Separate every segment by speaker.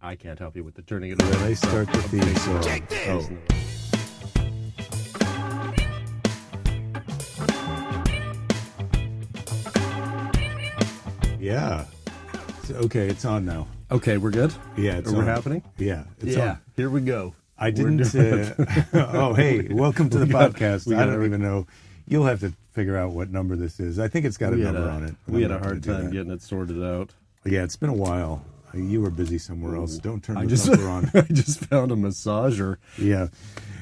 Speaker 1: I can't help you with the turning it over.
Speaker 2: They start the theme song.
Speaker 1: Oh.
Speaker 2: Yeah. It's- okay, it's on now.
Speaker 1: Okay, we're good.
Speaker 2: Yeah, it's
Speaker 1: We're
Speaker 2: on.
Speaker 1: happening?
Speaker 2: Yeah, it's on.
Speaker 1: Here we go.
Speaker 2: I
Speaker 1: We're
Speaker 2: didn't.
Speaker 1: doing it.
Speaker 2: Uh, oh, hey, welcome to the
Speaker 1: We got-
Speaker 2: podcast.
Speaker 1: we
Speaker 2: I
Speaker 1: got
Speaker 2: don't
Speaker 1: a-
Speaker 2: even know. You'll have to figure out what number this is. I think it's got a
Speaker 1: we had
Speaker 2: number
Speaker 1: a,
Speaker 2: on it. but
Speaker 1: we had
Speaker 2: I'm
Speaker 1: a
Speaker 2: not gonna
Speaker 1: hard
Speaker 2: do
Speaker 1: time
Speaker 2: that.
Speaker 1: getting it sorted out.
Speaker 2: Yeah, it's been a while. Uh, You were busy somewhere else. Don't turn the
Speaker 1: I just
Speaker 2: number on.
Speaker 1: I just found a massager.
Speaker 2: Yeah,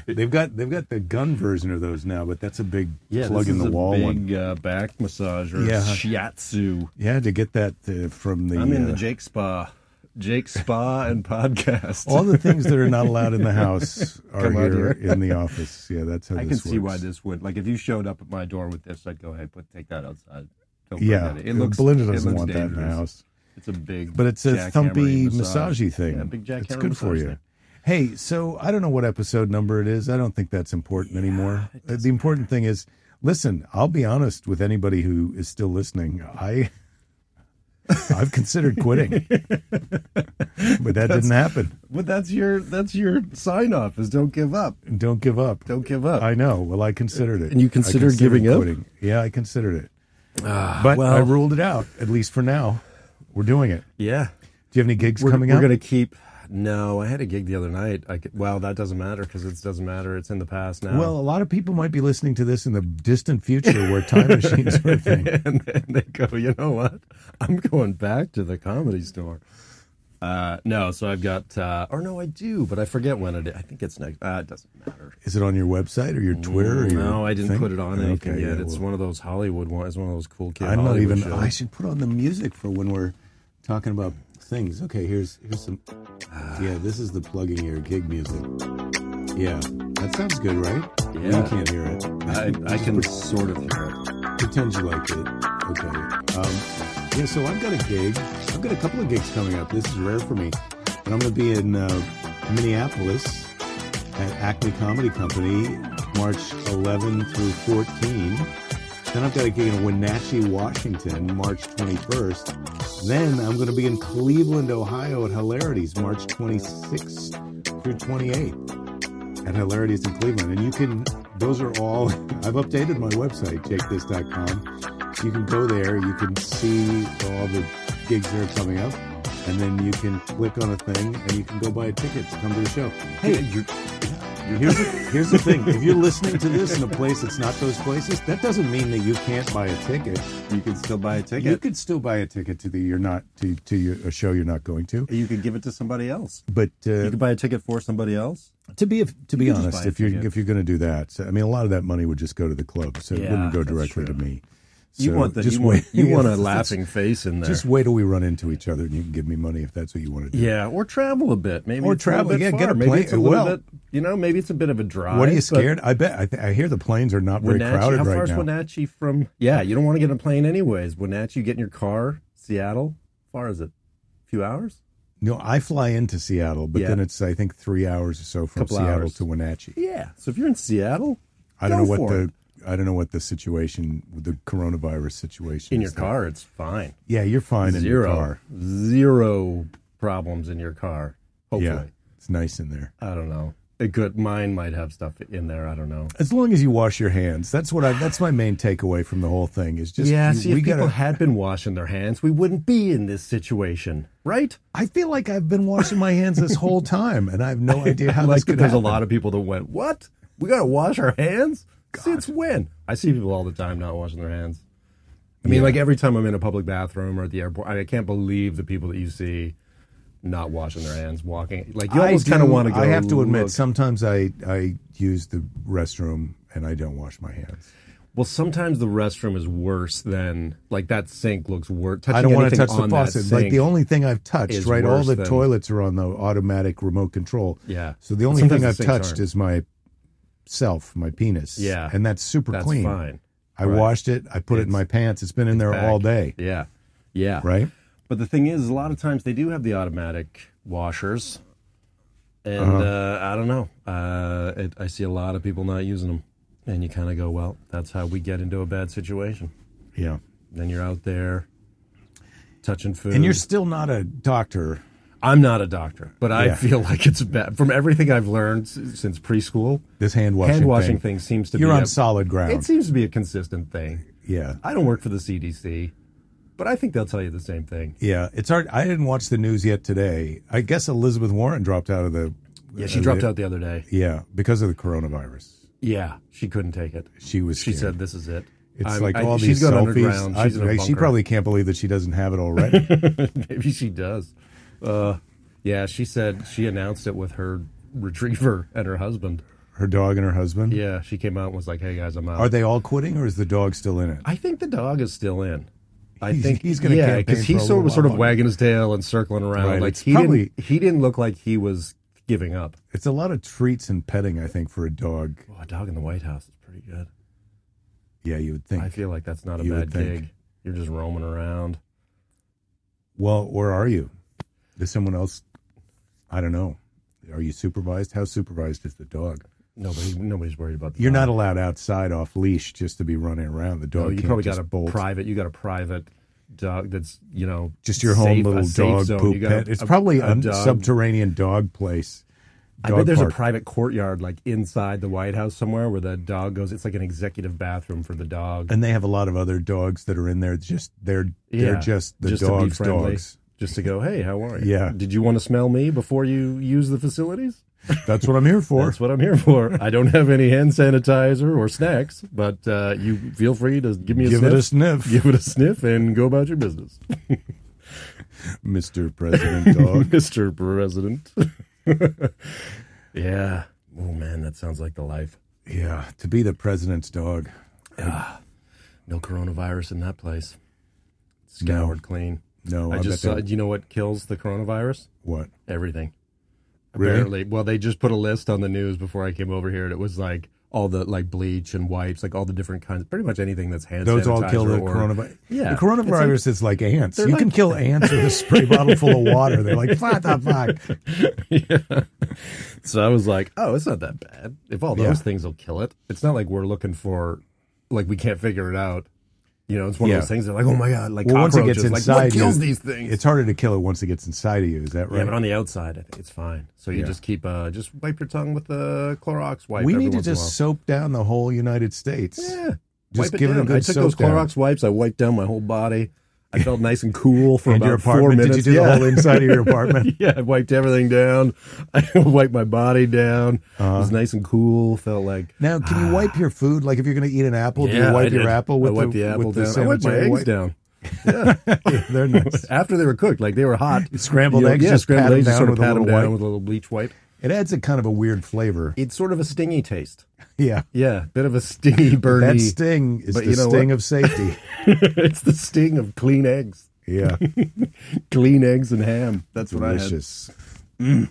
Speaker 2: they've got they've got the gun version of those now, but that's a big
Speaker 1: Yeah,
Speaker 2: plug
Speaker 1: this
Speaker 2: in
Speaker 1: is
Speaker 2: the
Speaker 1: a
Speaker 2: wall
Speaker 1: big,
Speaker 2: one.
Speaker 1: uh, back massager.
Speaker 2: Yeah.
Speaker 1: Yeah, shiatsu.
Speaker 2: Yeah, to get that uh, from the.
Speaker 1: I'm in
Speaker 2: uh,
Speaker 1: the Jake Spa, Jake Spa and podcast.
Speaker 2: All the things that are not allowed in the house are
Speaker 1: Come out
Speaker 2: here,
Speaker 1: here.
Speaker 2: in the office. Yeah, that's how
Speaker 1: I
Speaker 2: this
Speaker 1: can see why
Speaker 2: works.
Speaker 1: this would like if you showed up at my door with this, I'd go, hey, put take that outside. Don't bring
Speaker 2: Yeah,
Speaker 1: that in." it looks
Speaker 2: Belinda
Speaker 1: it
Speaker 2: doesn't
Speaker 1: looks
Speaker 2: want that in the
Speaker 1: dangerous.
Speaker 2: house.
Speaker 1: It's a big,
Speaker 2: But it's a thumpy
Speaker 1: jackhammering
Speaker 2: massagey thing.
Speaker 1: Yeah, big jackhammer.
Speaker 2: It's good for
Speaker 1: massage
Speaker 2: you.
Speaker 1: thing.
Speaker 2: Hey, so I don't know what episode number it is. I don't think that's important anymore. Uh, The important thing is, listen. I'll be honest with anybody who is still listening. I, I've considered quitting, but that didn't happen.
Speaker 1: But that's your that's your sign off is don't give up,
Speaker 2: Don't give up.
Speaker 1: don't give up.
Speaker 2: I know. Well, I considered Ah, it.
Speaker 1: And you
Speaker 2: I
Speaker 1: considered giving up?
Speaker 2: quitting. Yeah, I considered it. but I
Speaker 1: well-
Speaker 2: ruled it out. At least for now, we're doing it.
Speaker 1: yeah,
Speaker 2: Do you have any gigs
Speaker 1: we're,
Speaker 2: coming
Speaker 1: we're
Speaker 2: up?
Speaker 1: gonna keep. No, I had a gig the other night. I could, well, that doesn't matter because it doesn't matter. It's in the past now.
Speaker 2: Well, a lot of people might be listening to this in the distant future where time machines are a thing.
Speaker 1: and then they go, you know what? I'm going back to the comedy store. Uh, no, so I've got, uh, or no, I do, but I forget when it. I think it's next. Uh, it doesn't matter.
Speaker 2: Is it on your website or your Twitter? Or your
Speaker 1: No, I didn't
Speaker 2: thing?
Speaker 1: put it on anything
Speaker 2: Okay,
Speaker 1: yet.
Speaker 2: yeah,
Speaker 1: it's
Speaker 2: well,
Speaker 1: one of those Hollywood ones. It's one of those cool kids.
Speaker 2: I'm not even. I should put on the music for when we're talking about things. Okay, here's here's some.
Speaker 1: Ah.
Speaker 2: yeah, this is the plugging your gig music. Yeah, that sounds good, right?
Speaker 1: Yeah.
Speaker 2: You can't hear it.
Speaker 1: I, I can sort of hear it.
Speaker 2: Pretend you liked it. Okay. Um, yeah, so I've got a gig. I've got a couple of gigs coming up. This is rare for me. And I'm going to be in uh, Minneapolis at Acme Comedy Company March 11 through 14. Then I've got a gig in Wenatchee, Washington, March 21st. Then I'm going to be in Cleveland, Ohio at Hilarities March 26th through 28th at Hilarities in Cleveland. And you can, those are all, I've updated my website, jakethis.com. You can go there, you can see all the gigs that are coming up, and then you can click on a thing and you can go buy a ticket to come to the show. Hey,
Speaker 1: you're,
Speaker 2: here's the, here's the thing if you're listening to this in a place that's not those places, that doesn't mean that you can't buy a ticket.
Speaker 1: you can still buy a
Speaker 2: You
Speaker 1: ticket.
Speaker 2: could still buy a ticket to the you're not to to your, a show you're not going to,
Speaker 1: You, could give it to somebody else.
Speaker 2: but uh,
Speaker 1: You could buy a ticket for somebody else.
Speaker 2: to be to be
Speaker 1: You can just
Speaker 2: honest,
Speaker 1: buy a
Speaker 2: if you're
Speaker 1: ticket.
Speaker 2: if you're going to do that, so, I mean, a lot of that money would just go to the club, so it
Speaker 1: Yeah,
Speaker 2: wouldn't go
Speaker 1: that's
Speaker 2: directly to
Speaker 1: true.
Speaker 2: me.
Speaker 1: you
Speaker 2: So
Speaker 1: want the,
Speaker 2: just
Speaker 1: you, want,
Speaker 2: wait-
Speaker 1: you want a
Speaker 2: Yes,
Speaker 1: laughing face in there.
Speaker 2: Just wait till we run into each other, and you can give me money if that's what you want to do.
Speaker 1: Yeah, or travel a bit. Maybe
Speaker 2: Or
Speaker 1: it's a little
Speaker 2: travel,
Speaker 1: bit
Speaker 2: yeah, get
Speaker 1: far.
Speaker 2: a
Speaker 1: Maybe it's a
Speaker 2: plane-
Speaker 1: little
Speaker 2: well-
Speaker 1: bit. You know, maybe it's a bit of a drive.
Speaker 2: What are you
Speaker 1: but
Speaker 2: scared? I bet I, th- I hear the planes are not very
Speaker 1: Wenatchee,
Speaker 2: crowded
Speaker 1: how far
Speaker 2: right
Speaker 1: is
Speaker 2: now.
Speaker 1: Wenatchee from? Yeah, you don't want to get in a plane anyways. Wenatchee, you get in your car, Seattle. How far is it? A few hours?
Speaker 2: No, I fly into Seattle, but
Speaker 1: Yeah.
Speaker 2: then it's I think three hours or so from
Speaker 1: Couple
Speaker 2: Seattle
Speaker 1: hours.
Speaker 2: to Wenatchee.
Speaker 1: Yeah. So if you're in Seattle,
Speaker 2: I don't know
Speaker 1: go
Speaker 2: what
Speaker 1: for
Speaker 2: the
Speaker 1: it.
Speaker 2: I don't know what the situation, the coronavirus situation.
Speaker 1: in your
Speaker 2: is like.
Speaker 1: car, it's fine.
Speaker 2: Yeah, you're fine in your
Speaker 1: Zero,
Speaker 2: car.
Speaker 1: zero problems in your car. Hopefully,
Speaker 2: Yeah, it's nice in there.
Speaker 1: I don't know. It could. Mine might have stuff in there. I don't know.
Speaker 2: As long as you wash your hands, that's what I. That's my main takeaway from the whole thing. Is just
Speaker 1: yeah.
Speaker 2: you-
Speaker 1: See, if
Speaker 2: we
Speaker 1: people
Speaker 2: gotta.
Speaker 1: had been washing their hands, we wouldn't be in this situation, right?
Speaker 2: I feel like I've been washing my hands this whole time, and I have no idea how
Speaker 1: like
Speaker 2: this could
Speaker 1: there's
Speaker 2: happen.
Speaker 1: a lot of people that went, "What? We gotta wash our hands? Since when?" I see people all the time not washing their hands. I mean, like every time I'm in a public bathroom or at the airport, I, I can't believe the people that you see not washing their hands, walking. Like you
Speaker 2: I
Speaker 1: almost kind of
Speaker 2: do-
Speaker 1: want to go.
Speaker 2: I have to admit,
Speaker 1: look.
Speaker 2: sometimes I I use the restroom and I don't wash my hands.
Speaker 1: well, sometimes the restroom is worse than like that sink looks worse.
Speaker 2: I don't want to touch the faucet. Like the only thing I've touched,
Speaker 1: is
Speaker 2: right? All
Speaker 1: worse
Speaker 2: the
Speaker 1: than-
Speaker 2: toilets are on the automatic remote control.
Speaker 1: Yeah.
Speaker 2: So the only
Speaker 1: Sometimes
Speaker 2: thing
Speaker 1: the
Speaker 2: I've
Speaker 1: sinks
Speaker 2: touched
Speaker 1: aren't.
Speaker 2: is my self, my penis.
Speaker 1: Yeah.
Speaker 2: And that's super
Speaker 1: that's
Speaker 2: clean.
Speaker 1: fine.
Speaker 2: I
Speaker 1: Right.
Speaker 2: washed it. I put it in
Speaker 1: It's-
Speaker 2: my pants. It's been in there
Speaker 1: Back.
Speaker 2: all day.
Speaker 1: Yeah, yeah.
Speaker 2: Right.
Speaker 1: But the thing is, a lot of times they do have the automatic washers, and
Speaker 2: Uh-huh.
Speaker 1: uh I don't know. Uh, it, I see a lot of people not using them, and you kind of go, "Well, that's how we get into a bad situation."
Speaker 2: Yeah.
Speaker 1: Then you're out there touching food,
Speaker 2: And you're still not a doctor.
Speaker 1: I'm not a doctor, but I
Speaker 2: Yeah.
Speaker 1: feel like it's bad. From everything I've learned s- since preschool,
Speaker 2: This hand washing
Speaker 1: hand washing
Speaker 2: thing.
Speaker 1: thing. seems to
Speaker 2: You're
Speaker 1: be
Speaker 2: on
Speaker 1: a-
Speaker 2: solid ground.
Speaker 1: It seems to be a consistent thing.
Speaker 2: yeah.
Speaker 1: I don't work for the CDC, but I think they'll tell you the same thing.
Speaker 2: Yeah, it's hard. I didn't watch the news yet today. I guess Elizabeth Warren dropped out of the.
Speaker 1: Yeah, she dropped out the other day.
Speaker 2: Yeah, because of the coronavirus.
Speaker 1: Yeah, she couldn't take it.
Speaker 2: She was.
Speaker 1: She
Speaker 2: scared.
Speaker 1: said, "This is it."
Speaker 2: "It's
Speaker 1: I'm-
Speaker 2: like
Speaker 1: I-
Speaker 2: all
Speaker 1: she's
Speaker 2: these
Speaker 1: gone
Speaker 2: selfies.
Speaker 1: underground. She's in a
Speaker 2: I- she
Speaker 1: bunker.
Speaker 2: probably can't believe that she doesn't have it already."
Speaker 1: Maybe she does. Uh, yeah, she said she announced it with her retriever and her husband.
Speaker 2: her dog and her husband.
Speaker 1: Yeah, she came out and was like, "Hey guys, I'm out."
Speaker 2: Are they all quitting, or is the dog still in it?
Speaker 1: I think the dog is still in. I
Speaker 2: He's-
Speaker 1: think
Speaker 2: he's gonna
Speaker 1: yeah,
Speaker 2: campaign
Speaker 1: because he
Speaker 2: for a
Speaker 1: sort
Speaker 2: little
Speaker 1: of sort
Speaker 2: while
Speaker 1: of
Speaker 2: longer.
Speaker 1: wagging his tail and circling around.
Speaker 2: Right,
Speaker 1: Like
Speaker 2: it's
Speaker 1: he
Speaker 2: probably-
Speaker 1: didn't he didn't look like he was giving up.
Speaker 2: It's a lot of treats and petting, I think, for a dog.
Speaker 1: Oh, a dog in the White House is pretty good.
Speaker 2: Yeah, you would think.
Speaker 1: I feel like that's not a
Speaker 2: You
Speaker 1: bad
Speaker 2: would think.
Speaker 1: gig. You're just roaming around.
Speaker 2: well, where are you? Is someone else? I don't know. Are you supervised? How supervised is the dog?
Speaker 1: Nobody, nobody's worried about. The
Speaker 2: You're
Speaker 1: dog.
Speaker 2: not allowed outside off leash just to be running around. The dog.
Speaker 1: No, Uh, you
Speaker 2: can't
Speaker 1: probably
Speaker 2: just
Speaker 1: got a
Speaker 2: bolt.
Speaker 1: private. You got a private dog that's you know
Speaker 2: just your
Speaker 1: safe-
Speaker 2: home
Speaker 1: a
Speaker 2: little
Speaker 1: safe
Speaker 2: dog
Speaker 1: zone.
Speaker 2: poop
Speaker 1: You got a-
Speaker 2: pit. It's
Speaker 1: a-
Speaker 2: probably a,
Speaker 1: dog-
Speaker 2: subterranean dog place.
Speaker 1: I
Speaker 2: Dog
Speaker 1: bet there's
Speaker 2: park.
Speaker 1: a private courtyard like inside the White House somewhere where the dog goes. It's like an executive bathroom for the dog.
Speaker 2: and they have a lot of other dogs that are in there. Just they're
Speaker 1: Yeah,
Speaker 2: they're just the
Speaker 1: to be
Speaker 2: dogs
Speaker 1: friendly,
Speaker 2: dogs.
Speaker 1: Just to go, hey, how are you?
Speaker 2: Yeah.
Speaker 1: Did you want to smell me before you use the facilities?
Speaker 2: That's what I'm here for.
Speaker 1: That's what I'm here for. I don't have any hand sanitizer or snacks, but uh, you feel free to give me a
Speaker 2: Give
Speaker 1: sniff.
Speaker 2: it a sniff,
Speaker 1: give it a sniff and go about your business,
Speaker 2: Mr. President Dog.
Speaker 1: Mr. President. yeah. Oh man, that sounds like the life.
Speaker 2: yeah, to be the president's dog.
Speaker 1: No coronavirus in that place. Scoured clean.
Speaker 2: No,
Speaker 1: I, just
Speaker 2: bet
Speaker 1: saw.
Speaker 2: they-
Speaker 1: You know what kills the coronavirus?
Speaker 2: what.
Speaker 1: Everything.
Speaker 2: Really?
Speaker 1: Apparently. Well, they just put a list on the news before I came over here, and it was like all the like bleach and wipes, like all the different kinds, pretty much anything that's hand
Speaker 2: Those all
Speaker 1: sanitizer
Speaker 2: kill the
Speaker 1: or-
Speaker 2: coronavirus.
Speaker 1: Yeah.
Speaker 2: the coronavirus is like ants. You
Speaker 1: They're
Speaker 2: can
Speaker 1: like-
Speaker 2: kill ants with a spray bottle full of water. They're like, what the fuck?
Speaker 1: So I was like, oh, it's not that bad. If all those
Speaker 2: Yeah.
Speaker 1: things will kill it, it's not like we're looking for, like we can't figure it out. You know, it's one
Speaker 2: Yeah.
Speaker 1: of those things. They're like, oh my god, like
Speaker 2: Well, once it
Speaker 1: cockroaches.
Speaker 2: gets
Speaker 1: like,
Speaker 2: inside,
Speaker 1: what kills
Speaker 2: you-
Speaker 1: these things?
Speaker 2: It's harder to kill it once it gets inside of you. Is that right?
Speaker 1: Yeah, but on the outside, I think it's fine. So you
Speaker 2: Yeah.
Speaker 1: just keep, uh, just wipe your tongue with the Clorox wipe.
Speaker 2: we
Speaker 1: every
Speaker 2: need to
Speaker 1: once in a
Speaker 2: just soap down the whole United States.
Speaker 1: while. yeah,
Speaker 2: Just
Speaker 1: wipe
Speaker 2: give
Speaker 1: it
Speaker 2: it a
Speaker 1: down.
Speaker 2: good
Speaker 1: I took those
Speaker 2: soak down.
Speaker 1: Clorox wipes. I wiped down my whole body. I felt nice and cool for
Speaker 2: And
Speaker 1: about
Speaker 2: your
Speaker 1: four
Speaker 2: apartment?
Speaker 1: minutes.
Speaker 2: Did you do
Speaker 1: yeah.
Speaker 2: the whole inside of your apartment?
Speaker 1: yeah, I wiped everything down. I wiped my body down. It
Speaker 2: Uh-huh.
Speaker 1: was nice and cool. Felt like
Speaker 2: Now, can you wipe your food? Like, if you're going to eat an apple, do you
Speaker 1: I
Speaker 2: wipe your
Speaker 1: did.
Speaker 2: apple with
Speaker 1: I wiped the, apple
Speaker 2: with
Speaker 1: down. I wiped my
Speaker 2: sanitary
Speaker 1: eggs
Speaker 2: wipe?
Speaker 1: down
Speaker 2: They're nice.
Speaker 1: after they were cooked. Like they were hot.
Speaker 2: Scrambled
Speaker 1: You know,
Speaker 2: eggs,
Speaker 1: yeah,
Speaker 2: just pat
Speaker 1: scrambled
Speaker 2: them
Speaker 1: eggs.
Speaker 2: down
Speaker 1: Just sort of
Speaker 2: with a
Speaker 1: pat them
Speaker 2: little
Speaker 1: down
Speaker 2: wipe.
Speaker 1: with a little bleach wipe.
Speaker 2: It adds a kind of a weird flavor.
Speaker 1: It's sort of a stingy taste.
Speaker 2: Yeah,
Speaker 1: Yeah, bit of a stingy,
Speaker 2: that
Speaker 1: burny.
Speaker 2: sting is
Speaker 1: But
Speaker 2: the
Speaker 1: you know
Speaker 2: sting
Speaker 1: what?
Speaker 2: of safety.
Speaker 1: it's the sting of clean eggs,
Speaker 2: Yeah,
Speaker 1: clean eggs and ham. That's what
Speaker 2: delicious.
Speaker 1: I had.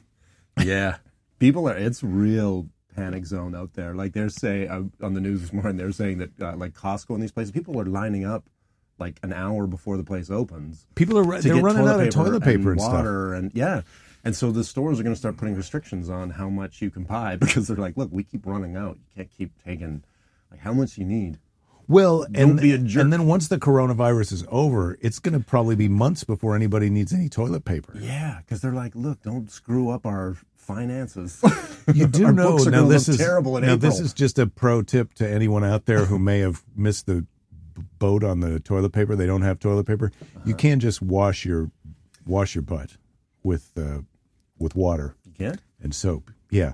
Speaker 1: Yeah, people are. It's real panic zone out there. Like they're saying uh, on the news this morning, they're saying that uh, like Costco and these places, people are lining up like an hour before the place opens.
Speaker 2: People are
Speaker 1: to
Speaker 2: they're
Speaker 1: get
Speaker 2: running out of toilet paper and, stuff.
Speaker 1: water and yeah. And so the stores are going to start putting restrictions on how much you can buy because they're like, look, we keep running out. You can't keep taking like how much you need.
Speaker 2: Well, and
Speaker 1: be a jerk.
Speaker 2: and then once the coronavirus is over, it's going to probably be months before anybody needs any toilet paper.
Speaker 1: Yeah, because they're like, look, don't screw up our finances.
Speaker 2: You do
Speaker 1: Our
Speaker 2: know
Speaker 1: books are
Speaker 2: now
Speaker 1: gonna
Speaker 2: this
Speaker 1: look
Speaker 2: is
Speaker 1: terrible in
Speaker 2: now this
Speaker 1: April.
Speaker 2: is just a pro tip to anyone out there who may have missed the b- boat on the toilet paper. They don't have toilet paper. You can just wash your wash your butt with uh, with water
Speaker 1: you can't.
Speaker 2: and soap. Yeah,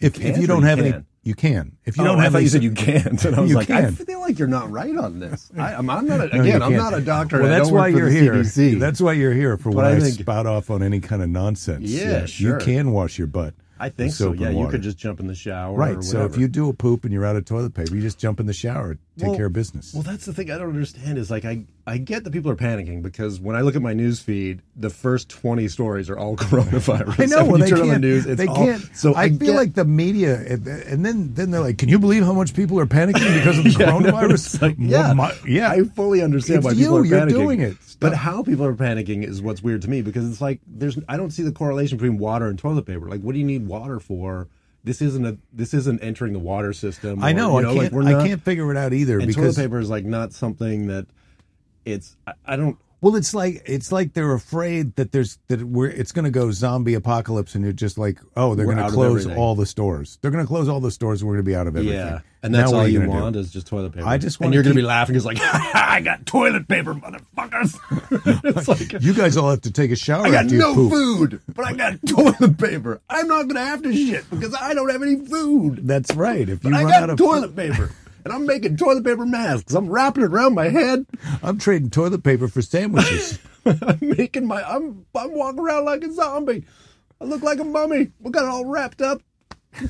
Speaker 2: if if
Speaker 1: can't
Speaker 2: you
Speaker 1: or
Speaker 2: don't
Speaker 1: you
Speaker 2: have any,
Speaker 1: can?
Speaker 2: you can. If you
Speaker 1: You
Speaker 2: don't
Speaker 1: know, Oh, I
Speaker 2: have
Speaker 1: thought
Speaker 2: any,
Speaker 1: you said you can't, and I was
Speaker 2: You
Speaker 1: like, I
Speaker 2: can.
Speaker 1: feel like you're not right on this. I, I'm, I'm not a, again. I'm
Speaker 2: can't.
Speaker 1: not a doctor.
Speaker 2: well,
Speaker 1: and I
Speaker 2: that's
Speaker 1: don't work
Speaker 2: why
Speaker 1: for
Speaker 2: you're
Speaker 1: the
Speaker 2: here.
Speaker 1: CDC.
Speaker 2: That's why you're here for when
Speaker 1: I
Speaker 2: I,
Speaker 1: think-
Speaker 2: spout off on any kind of nonsense.
Speaker 1: Yeah,
Speaker 2: you
Speaker 1: sure.
Speaker 2: can wash your butt.
Speaker 1: I
Speaker 2: with
Speaker 1: think so.
Speaker 2: soap
Speaker 1: Yeah,
Speaker 2: and
Speaker 1: you
Speaker 2: water.
Speaker 1: could just jump in the shower. Or
Speaker 2: Right. So if
Speaker 1: whatever.
Speaker 2: you do a poop and you're out of toilet paper, you just jump in the shower, take
Speaker 1: Well-
Speaker 2: care of business.
Speaker 1: Well, that's the thing I don't understand is like I I get that people are panicking because when I look at my news feed, the first twenty stories are all coronavirus.
Speaker 2: I know.
Speaker 1: And
Speaker 2: Well,
Speaker 1: when
Speaker 2: they
Speaker 1: you turn
Speaker 2: can't.
Speaker 1: on the news, it's
Speaker 2: they
Speaker 1: all,
Speaker 2: can't.
Speaker 1: So
Speaker 2: I, feel
Speaker 1: get-
Speaker 2: like the media, and and then then they're like, "Can you believe how much people are panicking because of the
Speaker 1: Yeah, I know,
Speaker 2: coronavirus?"
Speaker 1: it's like,
Speaker 2: Well,
Speaker 1: yeah,
Speaker 2: my- yeah.
Speaker 1: I fully understand
Speaker 2: It's
Speaker 1: why people
Speaker 2: you,
Speaker 1: are
Speaker 2: you're
Speaker 1: panicking.
Speaker 2: doing it.
Speaker 1: But how people are panicking is what's weird to me because it's like there's I don't see the correlation between water and toilet paper. Like, what do you need water for? This isn't a this isn't entering the water system.
Speaker 2: I
Speaker 1: or, you
Speaker 2: know. I can't.
Speaker 1: Like we're
Speaker 2: I
Speaker 1: not,
Speaker 2: can't figure it out either
Speaker 1: and
Speaker 2: because
Speaker 1: toilet paper is like not something that it's I, I don't
Speaker 2: Well, it's like it's like they're afraid that there's that we're it's going to go zombie apocalypse, and you're just like, oh, they're
Speaker 1: We're
Speaker 2: going
Speaker 1: out of
Speaker 2: to close
Speaker 1: everything.
Speaker 2: all the stores. They're going to close all the stores. and We're going to be out of everything.
Speaker 1: Yeah, and that's
Speaker 2: Now what
Speaker 1: all
Speaker 2: are
Speaker 1: you
Speaker 2: gonna do?
Speaker 1: want is just toilet paper.
Speaker 2: I just
Speaker 1: and
Speaker 2: wanna
Speaker 1: you're gonna be
Speaker 2: keep-
Speaker 1: laughing because like I got toilet paper, motherfuckers. it's like
Speaker 2: You guys all have to take a shower
Speaker 1: I got
Speaker 2: after you
Speaker 1: no
Speaker 2: poop.
Speaker 1: food, but I got toilet paper. I'm not gonna have to shit because I don't have any food.
Speaker 2: That's right. If you
Speaker 1: I
Speaker 2: run out
Speaker 1: got
Speaker 2: of
Speaker 1: toilet paper, and I'm making toilet paper masks. I'm wrapping it around my head.
Speaker 2: I'm trading toilet paper for sandwiches.
Speaker 1: I'm making my. I'm I'm walking around like a zombie. I look like a mummy. We got it all wrapped up,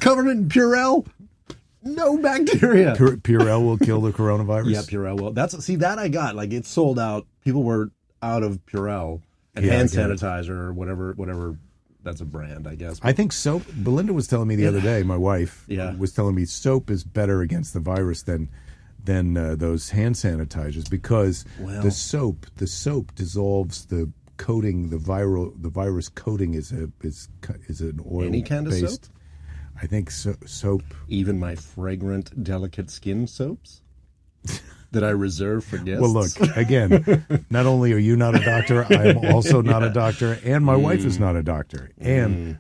Speaker 1: covered in Purell. No bacteria.
Speaker 2: Pur- Purell will kill the coronavirus.
Speaker 1: Yeah, Purell. Well, that's see that I got like it sold out. People were out of Purell and
Speaker 2: Yeah, I
Speaker 1: hand
Speaker 2: get it.
Speaker 1: sanitizer or whatever, whatever. That's a brand, I guess.
Speaker 2: I think soap. Belinda was telling me the other day. My wife
Speaker 1: Yeah.
Speaker 2: was telling me soap is better against the virus than than uh, those hand sanitizers because
Speaker 1: Well-
Speaker 2: the soap the soap dissolves the coating the viral the virus coating is a is co- is an oil
Speaker 1: Any kind of
Speaker 2: based.
Speaker 1: soap?
Speaker 2: I think so, soap.
Speaker 1: Even my fragrant, delicate skin soaps that I reserve for guests.
Speaker 2: Well, look again. not only are you not a doctor, I am also not a doctor, and my wife
Speaker 1: Mm.
Speaker 2: is not a doctor, and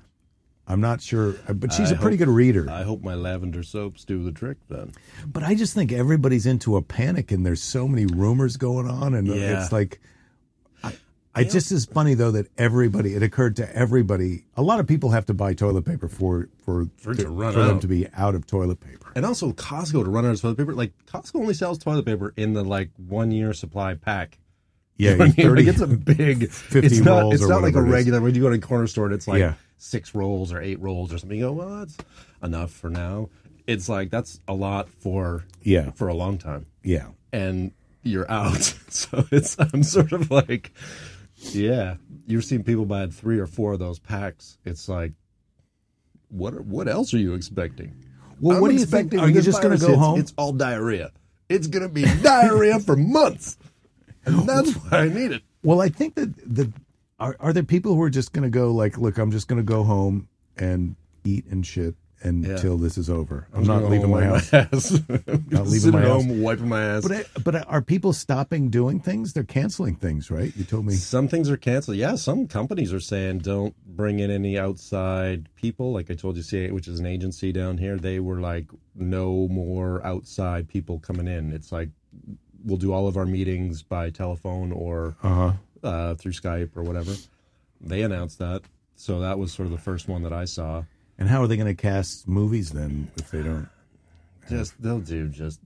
Speaker 2: I'm not sure. uh, But she's a pretty good reader.
Speaker 1: I hope my lavender soaps do the trick then.
Speaker 2: But I just think everybody's into a panic, and there's so many rumors going on, and
Speaker 1: Yeah.
Speaker 2: it's like, I, I just is funny though that everybody. It occurred to everybody. A lot of people have to buy toilet paper for for
Speaker 1: it to run
Speaker 2: for them
Speaker 1: out.
Speaker 2: to be out of toilet paper.
Speaker 1: And also Costco to run out of toilet paper. Like Costco only sells toilet paper in the like one year supply pack.
Speaker 2: Yeah,
Speaker 1: I mean,
Speaker 2: thirty.
Speaker 1: like, it's a big
Speaker 2: 50
Speaker 1: it's not,
Speaker 2: rolls
Speaker 1: It's
Speaker 2: or
Speaker 1: not like a
Speaker 2: whatever it is.
Speaker 1: regular when you go to a corner store and it's like
Speaker 2: Yeah.
Speaker 1: six rolls or eight rolls or something. You go, well, that's enough for now. It's like that's a lot for
Speaker 2: Yeah.
Speaker 1: for a long time,
Speaker 2: yeah.
Speaker 1: and you're out. so it's I'm sort of like, yeah, you're seeing people buying three or four of those packs. It's like, what are- what else are you expecting?
Speaker 2: Well,
Speaker 1: I'm
Speaker 2: what do you
Speaker 1: expecting
Speaker 2: think? Are
Speaker 1: when
Speaker 2: you
Speaker 1: this
Speaker 2: just going
Speaker 1: virus
Speaker 2: to go
Speaker 1: hits,
Speaker 2: home?
Speaker 1: It's all diarrhea. It's gonna be diarrhea for months, and that's why I need it.
Speaker 2: Well, I think that the are are there people who are just going to go like, look, I'm just going to go home and eat and shit until this is over. I'm, not
Speaker 1: Going
Speaker 2: leaving
Speaker 1: home,
Speaker 2: my
Speaker 1: wiping
Speaker 2: house.
Speaker 1: not
Speaker 2: leaving
Speaker 1: sitting
Speaker 2: my
Speaker 1: home,
Speaker 2: house.
Speaker 1: wiping my ass.
Speaker 2: But but are people stopping doing things? They're canceling things, right? You told me.
Speaker 1: some things are canceled. Yeah, some companies are saying don't bring in any outside people. Like I told you, CA, which is an agency down here, they were like, no more outside people coming in. It's like we'll do all of our meetings by telephone or
Speaker 2: Uh-huh.
Speaker 1: uh, through Skype or whatever. They announced that, so that was sort of the first one that I saw.
Speaker 2: And how are they going to cast movies then if they don't?
Speaker 1: Just they'll do just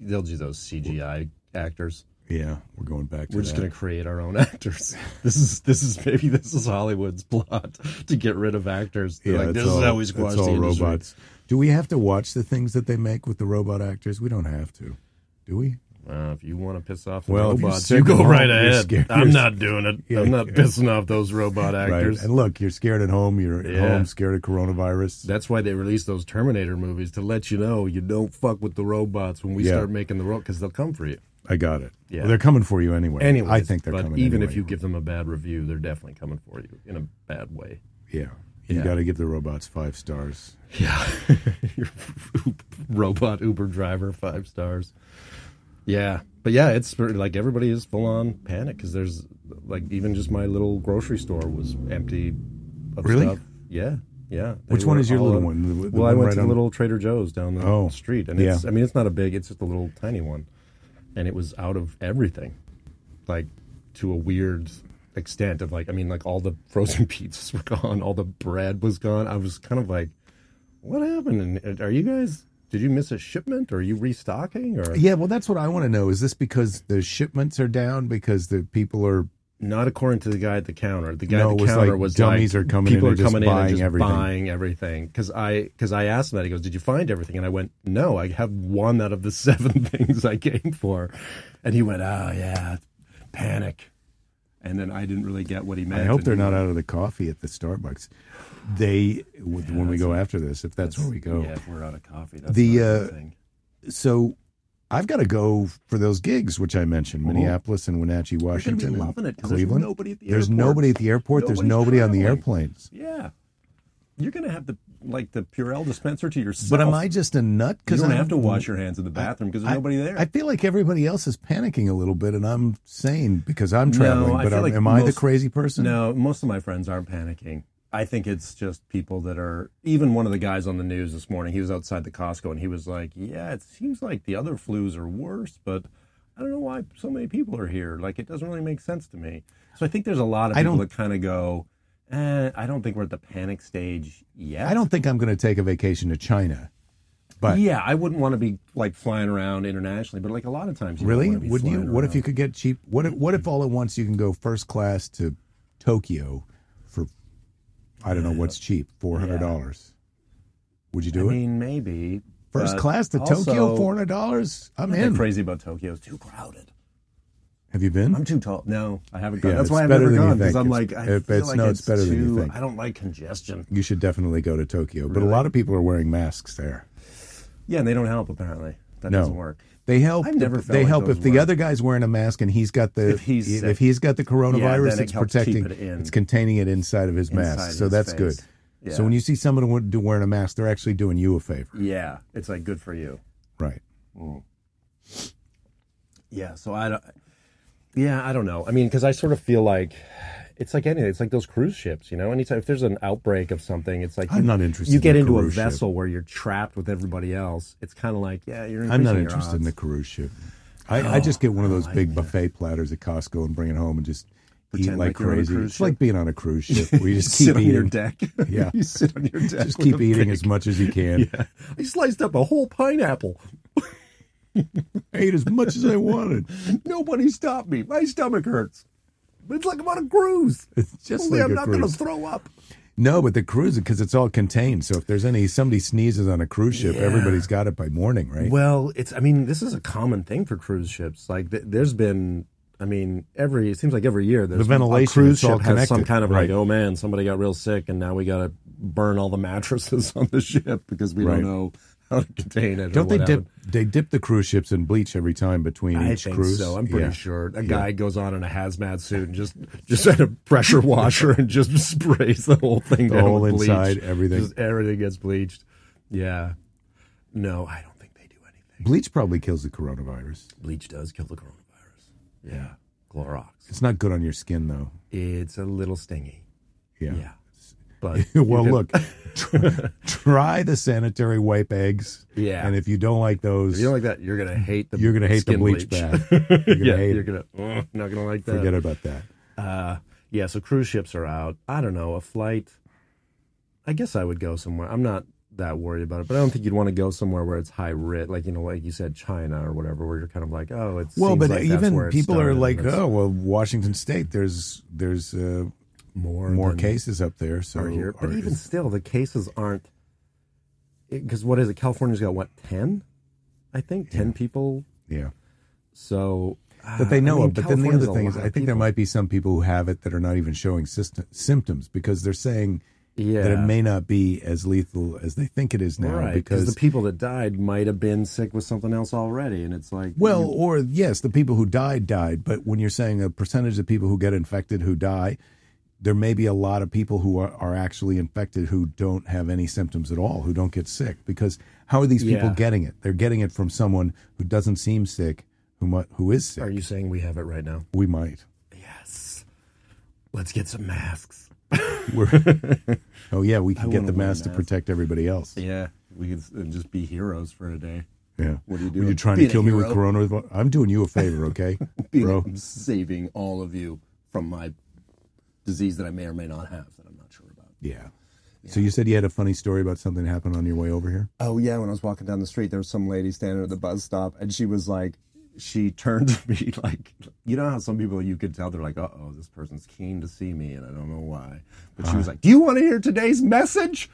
Speaker 1: they'll do those CGI actors.
Speaker 2: Yeah, we're going back to
Speaker 1: We're
Speaker 2: that.
Speaker 1: just going to create our own actors. This is this is maybe this is Hollywood's plot to get rid of actors. They're
Speaker 2: yeah,
Speaker 1: like
Speaker 2: it's
Speaker 1: this is how we
Speaker 2: it's
Speaker 1: squash
Speaker 2: all
Speaker 1: the industry.
Speaker 2: robots. Do we have to watch the things that they make with the robot actors? We don't have to, do we?
Speaker 1: Uh, if you want to piss off the
Speaker 2: Well, if you
Speaker 1: robots,
Speaker 2: sit
Speaker 1: you, go
Speaker 2: at home,
Speaker 1: right
Speaker 2: you're
Speaker 1: ahead.
Speaker 2: scared.
Speaker 1: I'm not doing it.
Speaker 2: Yeah,
Speaker 1: I'm not
Speaker 2: yeah.
Speaker 1: pissing off those robot actors.
Speaker 2: And look, you're scared at home. You're at
Speaker 1: Yeah.
Speaker 2: home scared of coronavirus.
Speaker 1: That's why they released those Terminator movies to let you know you don't fuck with the robots when we
Speaker 2: Yeah.
Speaker 1: start making the robot because they'll come for you.
Speaker 2: I got it.
Speaker 1: Yeah.
Speaker 2: Well, they're coming for you anyway.
Speaker 1: Anyway,
Speaker 2: I think they're
Speaker 1: but
Speaker 2: coming.
Speaker 1: even
Speaker 2: anyway.
Speaker 1: if you give them a bad review, they're definitely coming for you in a bad way.
Speaker 2: yeah, you
Speaker 1: Yeah.
Speaker 2: got to give the robots five stars.
Speaker 1: Yeah. Your robot Uber driver, five stars. Yeah. But yeah, it's sort of like everybody is full on panic because there's like even just my little grocery store was empty of
Speaker 2: Really?
Speaker 1: stuff. Yeah. Yeah. They
Speaker 2: Which one
Speaker 1: were
Speaker 2: is your
Speaker 1: all
Speaker 2: little
Speaker 1: on-
Speaker 2: one? The- the
Speaker 1: well, I
Speaker 2: one
Speaker 1: went
Speaker 2: right
Speaker 1: to the
Speaker 2: on-
Speaker 1: little Trader Joe's down the
Speaker 2: Oh,
Speaker 1: street. And
Speaker 2: yeah.
Speaker 1: it's, I mean, it's not a big, it's just a little tiny one. And it was out of everything, like to a weird extent of like, I mean, like all the frozen pizzas were gone, all the bread was gone. I was kind of like, what happened? And uh, are you guys? Did you miss a shipment? Or are you restocking? Or
Speaker 2: Yeah, well, that's what I want to know. Is this because the shipments are down because the people are
Speaker 1: not according to the guy at the counter. The guy
Speaker 2: No,
Speaker 1: at
Speaker 2: it
Speaker 1: the
Speaker 2: was
Speaker 1: counter
Speaker 2: like
Speaker 1: was
Speaker 2: dummies
Speaker 1: like,
Speaker 2: are coming in
Speaker 1: people
Speaker 2: and
Speaker 1: are
Speaker 2: just
Speaker 1: coming in
Speaker 2: buying
Speaker 1: and just
Speaker 2: everything.
Speaker 1: buying everything. Because I because I asked him that. He goes, "Did you find everything?" And I went, "No, I have one out of the seven things I came for." And he went, "Oh yeah, panic." And then I didn't really get what he meant.
Speaker 2: I hope
Speaker 1: And
Speaker 2: they're
Speaker 1: he-
Speaker 2: not out of the coffee at the Starbucks. They with- when we go after this, if that's, where we go.
Speaker 1: Yeah, if we're out of coffee. That's
Speaker 2: The,
Speaker 1: the
Speaker 2: uh,
Speaker 1: thing.
Speaker 2: So I've got to go for those gigs which I mentioned: Minneapolis and Wenatchee,
Speaker 1: Uh-huh. gonna be
Speaker 2: Washington, and
Speaker 1: loving it 'cause there's
Speaker 2: Cleveland.
Speaker 1: nobody at the
Speaker 2: There's
Speaker 1: airport.
Speaker 2: nobody at the airport. there's
Speaker 1: Nobody's
Speaker 2: nobody on the
Speaker 1: traveling.
Speaker 2: airplanes.
Speaker 1: Yeah. You're going to have the like the Purell dispenser to yourself.
Speaker 2: But am I just a nut?
Speaker 1: You
Speaker 2: Because
Speaker 1: don't have to wash your hands in the bathroom because there's nobody there.
Speaker 2: I feel like everybody else is panicking a little bit, and I'm sane because I'm traveling.
Speaker 1: I
Speaker 2: but
Speaker 1: feel
Speaker 2: am,
Speaker 1: like
Speaker 2: am I the
Speaker 1: most-
Speaker 2: crazy person?
Speaker 1: No, most of my friends aren't panicking. I think it's just people that are. Even one of the guys on the news this morning, he was outside the Costco and he was like, "Yeah, it seems like the other flus are worse, but I don't know why so many people are here. Like, it doesn't really make sense to me." So I think there's a lot of
Speaker 2: I
Speaker 1: people
Speaker 2: don't-
Speaker 1: that kind of go, eh, "I don't think we're at the panic stage yet."
Speaker 2: I don't think I'm going to take a vacation to China. But
Speaker 1: Yeah, I wouldn't want to be like flying around internationally, but like a lot of times, you don't
Speaker 2: really,
Speaker 1: wanna be
Speaker 2: would you?
Speaker 1: flying
Speaker 2: What if
Speaker 1: around.
Speaker 2: you could get cheap? What if, what if all at once you can go first class to Tokyo for I don't know what's cheap four hundred dollars? Would you do
Speaker 1: I
Speaker 2: it?
Speaker 1: mean, maybe
Speaker 2: First
Speaker 1: but
Speaker 2: class to Tokyo
Speaker 1: also-
Speaker 2: four hundred dollars? I'm
Speaker 1: They're
Speaker 2: in.
Speaker 1: crazy about Tokyo. It's too crowded.
Speaker 2: Have you been?
Speaker 1: I'm too tall. No, I haven't gone.
Speaker 2: Yeah,
Speaker 1: That's
Speaker 2: it's
Speaker 1: why I've
Speaker 2: better
Speaker 1: never
Speaker 2: than you
Speaker 1: gone because
Speaker 2: think.
Speaker 1: I'm like
Speaker 2: It's-
Speaker 1: I
Speaker 2: it-
Speaker 1: feel
Speaker 2: it's-
Speaker 1: like
Speaker 2: no,
Speaker 1: it's,
Speaker 2: it's better
Speaker 1: too,
Speaker 2: than you think.
Speaker 1: I don't like congestion.
Speaker 2: you should definitely go to Tokyo. But a lot of people are wearing masks there.
Speaker 1: Yeah, and they don't help apparently. That
Speaker 2: No.
Speaker 1: doesn't work.
Speaker 2: They help.
Speaker 1: I've never felt
Speaker 2: they
Speaker 1: like
Speaker 2: help
Speaker 1: those
Speaker 2: if the
Speaker 1: were-
Speaker 2: other guy's wearing a mask and he's got the
Speaker 1: If he's sick.
Speaker 2: if he's got the
Speaker 1: Yeah, then
Speaker 2: coronavirus,
Speaker 1: it
Speaker 2: it's
Speaker 1: helps
Speaker 2: protecting,
Speaker 1: keep it in.
Speaker 2: it's containing it inside of his
Speaker 1: Inside
Speaker 2: mask. So
Speaker 1: his
Speaker 2: that's
Speaker 1: face.
Speaker 2: good.
Speaker 1: Yeah.
Speaker 2: So when you see someone wa- do- wearing a mask, they're actually doing you a favor,
Speaker 1: Yeah, it's like good for you.
Speaker 2: right?
Speaker 1: Yeah, so I don't. Yeah, I don't know. I mean, because I sort of feel like it's like anything. It's like those cruise ships, you know. Anytime if there's an outbreak of something, it's like
Speaker 2: I'm not interested
Speaker 1: You
Speaker 2: in
Speaker 1: get
Speaker 2: a
Speaker 1: into a
Speaker 2: cruise ship.
Speaker 1: vessel where you're trapped with everybody else. It's kind of like yeah, you're.
Speaker 2: I'm
Speaker 1: increasing
Speaker 2: not
Speaker 1: your
Speaker 2: interested in
Speaker 1: odds. Oh,
Speaker 2: the cruise ship. I, I just get one of those big buffet platters at Costco and bring it home and just
Speaker 1: Pretend
Speaker 2: eat like,
Speaker 1: like you're on a
Speaker 2: crazy.
Speaker 1: cruise
Speaker 2: It's like
Speaker 1: ship.
Speaker 2: being on a cruise ship where you just
Speaker 1: sit
Speaker 2: keep
Speaker 1: on your
Speaker 2: eating,
Speaker 1: deck.
Speaker 2: Yeah.
Speaker 1: you sit on your deck.
Speaker 2: just
Speaker 1: with
Speaker 2: keep
Speaker 1: a
Speaker 2: eating
Speaker 1: big-
Speaker 2: as much as you can.
Speaker 1: I sliced up a whole pineapple.
Speaker 2: I ate as much as I wanted.
Speaker 1: Nobody stopped me. My stomach hurts. It's like I'm on a cruise.
Speaker 2: just
Speaker 1: Only
Speaker 2: like
Speaker 1: I'm
Speaker 2: a
Speaker 1: not going to
Speaker 2: cruise.
Speaker 1: throw up.
Speaker 2: No, but the cruise because it's all contained. So if there's any somebody sneezes on a cruise ship,
Speaker 1: Yeah.
Speaker 2: everybody's got it by morning, right?
Speaker 1: Well, it's. I mean, this is a common thing for cruise ships. Like, th- there's been. I mean, every it seems like every year there's
Speaker 2: The ventilation,
Speaker 1: a cruise
Speaker 2: it's all
Speaker 1: ship has some
Speaker 2: connected,
Speaker 1: kind of like,
Speaker 2: right.
Speaker 1: oh man, somebody got real sick, and now we got to burn all the mattresses on the ship because we
Speaker 2: Right.
Speaker 1: don't know how to contain it. or
Speaker 2: Don't they
Speaker 1: what
Speaker 2: dip?
Speaker 1: happened.
Speaker 2: They dip the cruise ships in bleach every time between
Speaker 1: I
Speaker 2: each
Speaker 1: think
Speaker 2: cruise.
Speaker 1: so. I'm pretty
Speaker 2: Yeah.
Speaker 1: sure a guy goes on in a hazmat suit and just just had a pressure washer and just sprays the whole thing
Speaker 2: The
Speaker 1: down
Speaker 2: whole
Speaker 1: with bleach.
Speaker 2: inside, everything.
Speaker 1: Just everything gets bleached. Yeah. No, I don't think they do anything.
Speaker 2: Bleach probably kills the coronavirus.
Speaker 1: Bleach does kill the coronavirus. Yeah. Clorox.
Speaker 2: It's not good on your skin though.
Speaker 1: It's a little stingy.
Speaker 2: Yeah.
Speaker 1: Yeah. But
Speaker 2: well,
Speaker 1: you can-
Speaker 2: look, try, try the sanitary wipe eggs.
Speaker 1: Yeah.
Speaker 2: and if you don't like those,
Speaker 1: if you don't like that, you're gonna hate the
Speaker 2: You're gonna hate the
Speaker 1: skin
Speaker 2: bleach bath.
Speaker 1: You're
Speaker 2: gonna
Speaker 1: yeah,
Speaker 2: hate
Speaker 1: you're
Speaker 2: it.
Speaker 1: gonna mm, not gonna like that.
Speaker 2: forget about that.
Speaker 1: Uh, yeah, so cruise ships are out. I don't know, a flight. I guess I would go somewhere. I'm not that worried about it, but I don't think you'd want to go somewhere where it's high risk, like you know, like you said, China or whatever, where you're kind of like, oh, it's
Speaker 2: Well, but
Speaker 1: like that's where
Speaker 2: even
Speaker 1: it
Speaker 2: people
Speaker 1: started
Speaker 2: are
Speaker 1: and
Speaker 2: like,
Speaker 1: it's
Speaker 2: oh, well, Washington State. There's there's uh,
Speaker 1: more
Speaker 2: more
Speaker 1: than
Speaker 2: cases up there, so
Speaker 1: are here. But
Speaker 2: are-
Speaker 1: even still, the cases aren't because what is it? California's got what ten, I think, ten people.
Speaker 2: yeah.
Speaker 1: So,
Speaker 2: that they know
Speaker 1: I mean,
Speaker 2: of. But then the other
Speaker 1: California's a
Speaker 2: thing is,
Speaker 1: lot
Speaker 2: I
Speaker 1: of
Speaker 2: think there
Speaker 1: people.
Speaker 2: might be some people who have it that are not even showing syst- symptoms because they're saying
Speaker 1: yeah.
Speaker 2: that it may not be as lethal as they think it is now.
Speaker 1: Right, because
Speaker 2: because
Speaker 1: the people that died might have been sick with something else already, and it's like
Speaker 2: well, or yes, the people who died died, but when you're saying a percentage of people who get infected who die, there may be a lot of people who are, are actually infected who don't have any symptoms at all, who don't get sick. Because how are these people
Speaker 1: Yeah.
Speaker 2: getting it? They're getting it from someone who doesn't seem sick, who mu- who is sick.
Speaker 1: Are you saying we have it right now?
Speaker 2: we might.
Speaker 1: Yes. Let's get some masks.
Speaker 2: We're, oh yeah, we can get
Speaker 1: wanna
Speaker 2: the
Speaker 1: wear a
Speaker 2: mask to
Speaker 1: mask.
Speaker 2: protect everybody else.
Speaker 1: Yeah, we could uh, just be heroes for a day.
Speaker 2: Yeah.
Speaker 1: What are you
Speaker 2: Were
Speaker 1: doing?
Speaker 2: trying
Speaker 1: Being
Speaker 2: to
Speaker 1: a
Speaker 2: kill me with
Speaker 1: hero.
Speaker 2: coronavirus? I'm doing you a favor, okay,
Speaker 1: Being-
Speaker 2: bro?
Speaker 1: I'm saving all of you from my disease that I may or may not have that I'm not sure about.
Speaker 2: Yeah. So you said you had a funny story about something that happened on your way over here.
Speaker 1: Oh yeah, when I was walking down the street, there was some lady standing at the bus stop, and she was like, she turned to me like, you know how some people you could tell they're like, uh oh, this person's keen to see me, and I don't know why, but
Speaker 2: Uh-huh.
Speaker 1: she was like, do you want to hear today's message?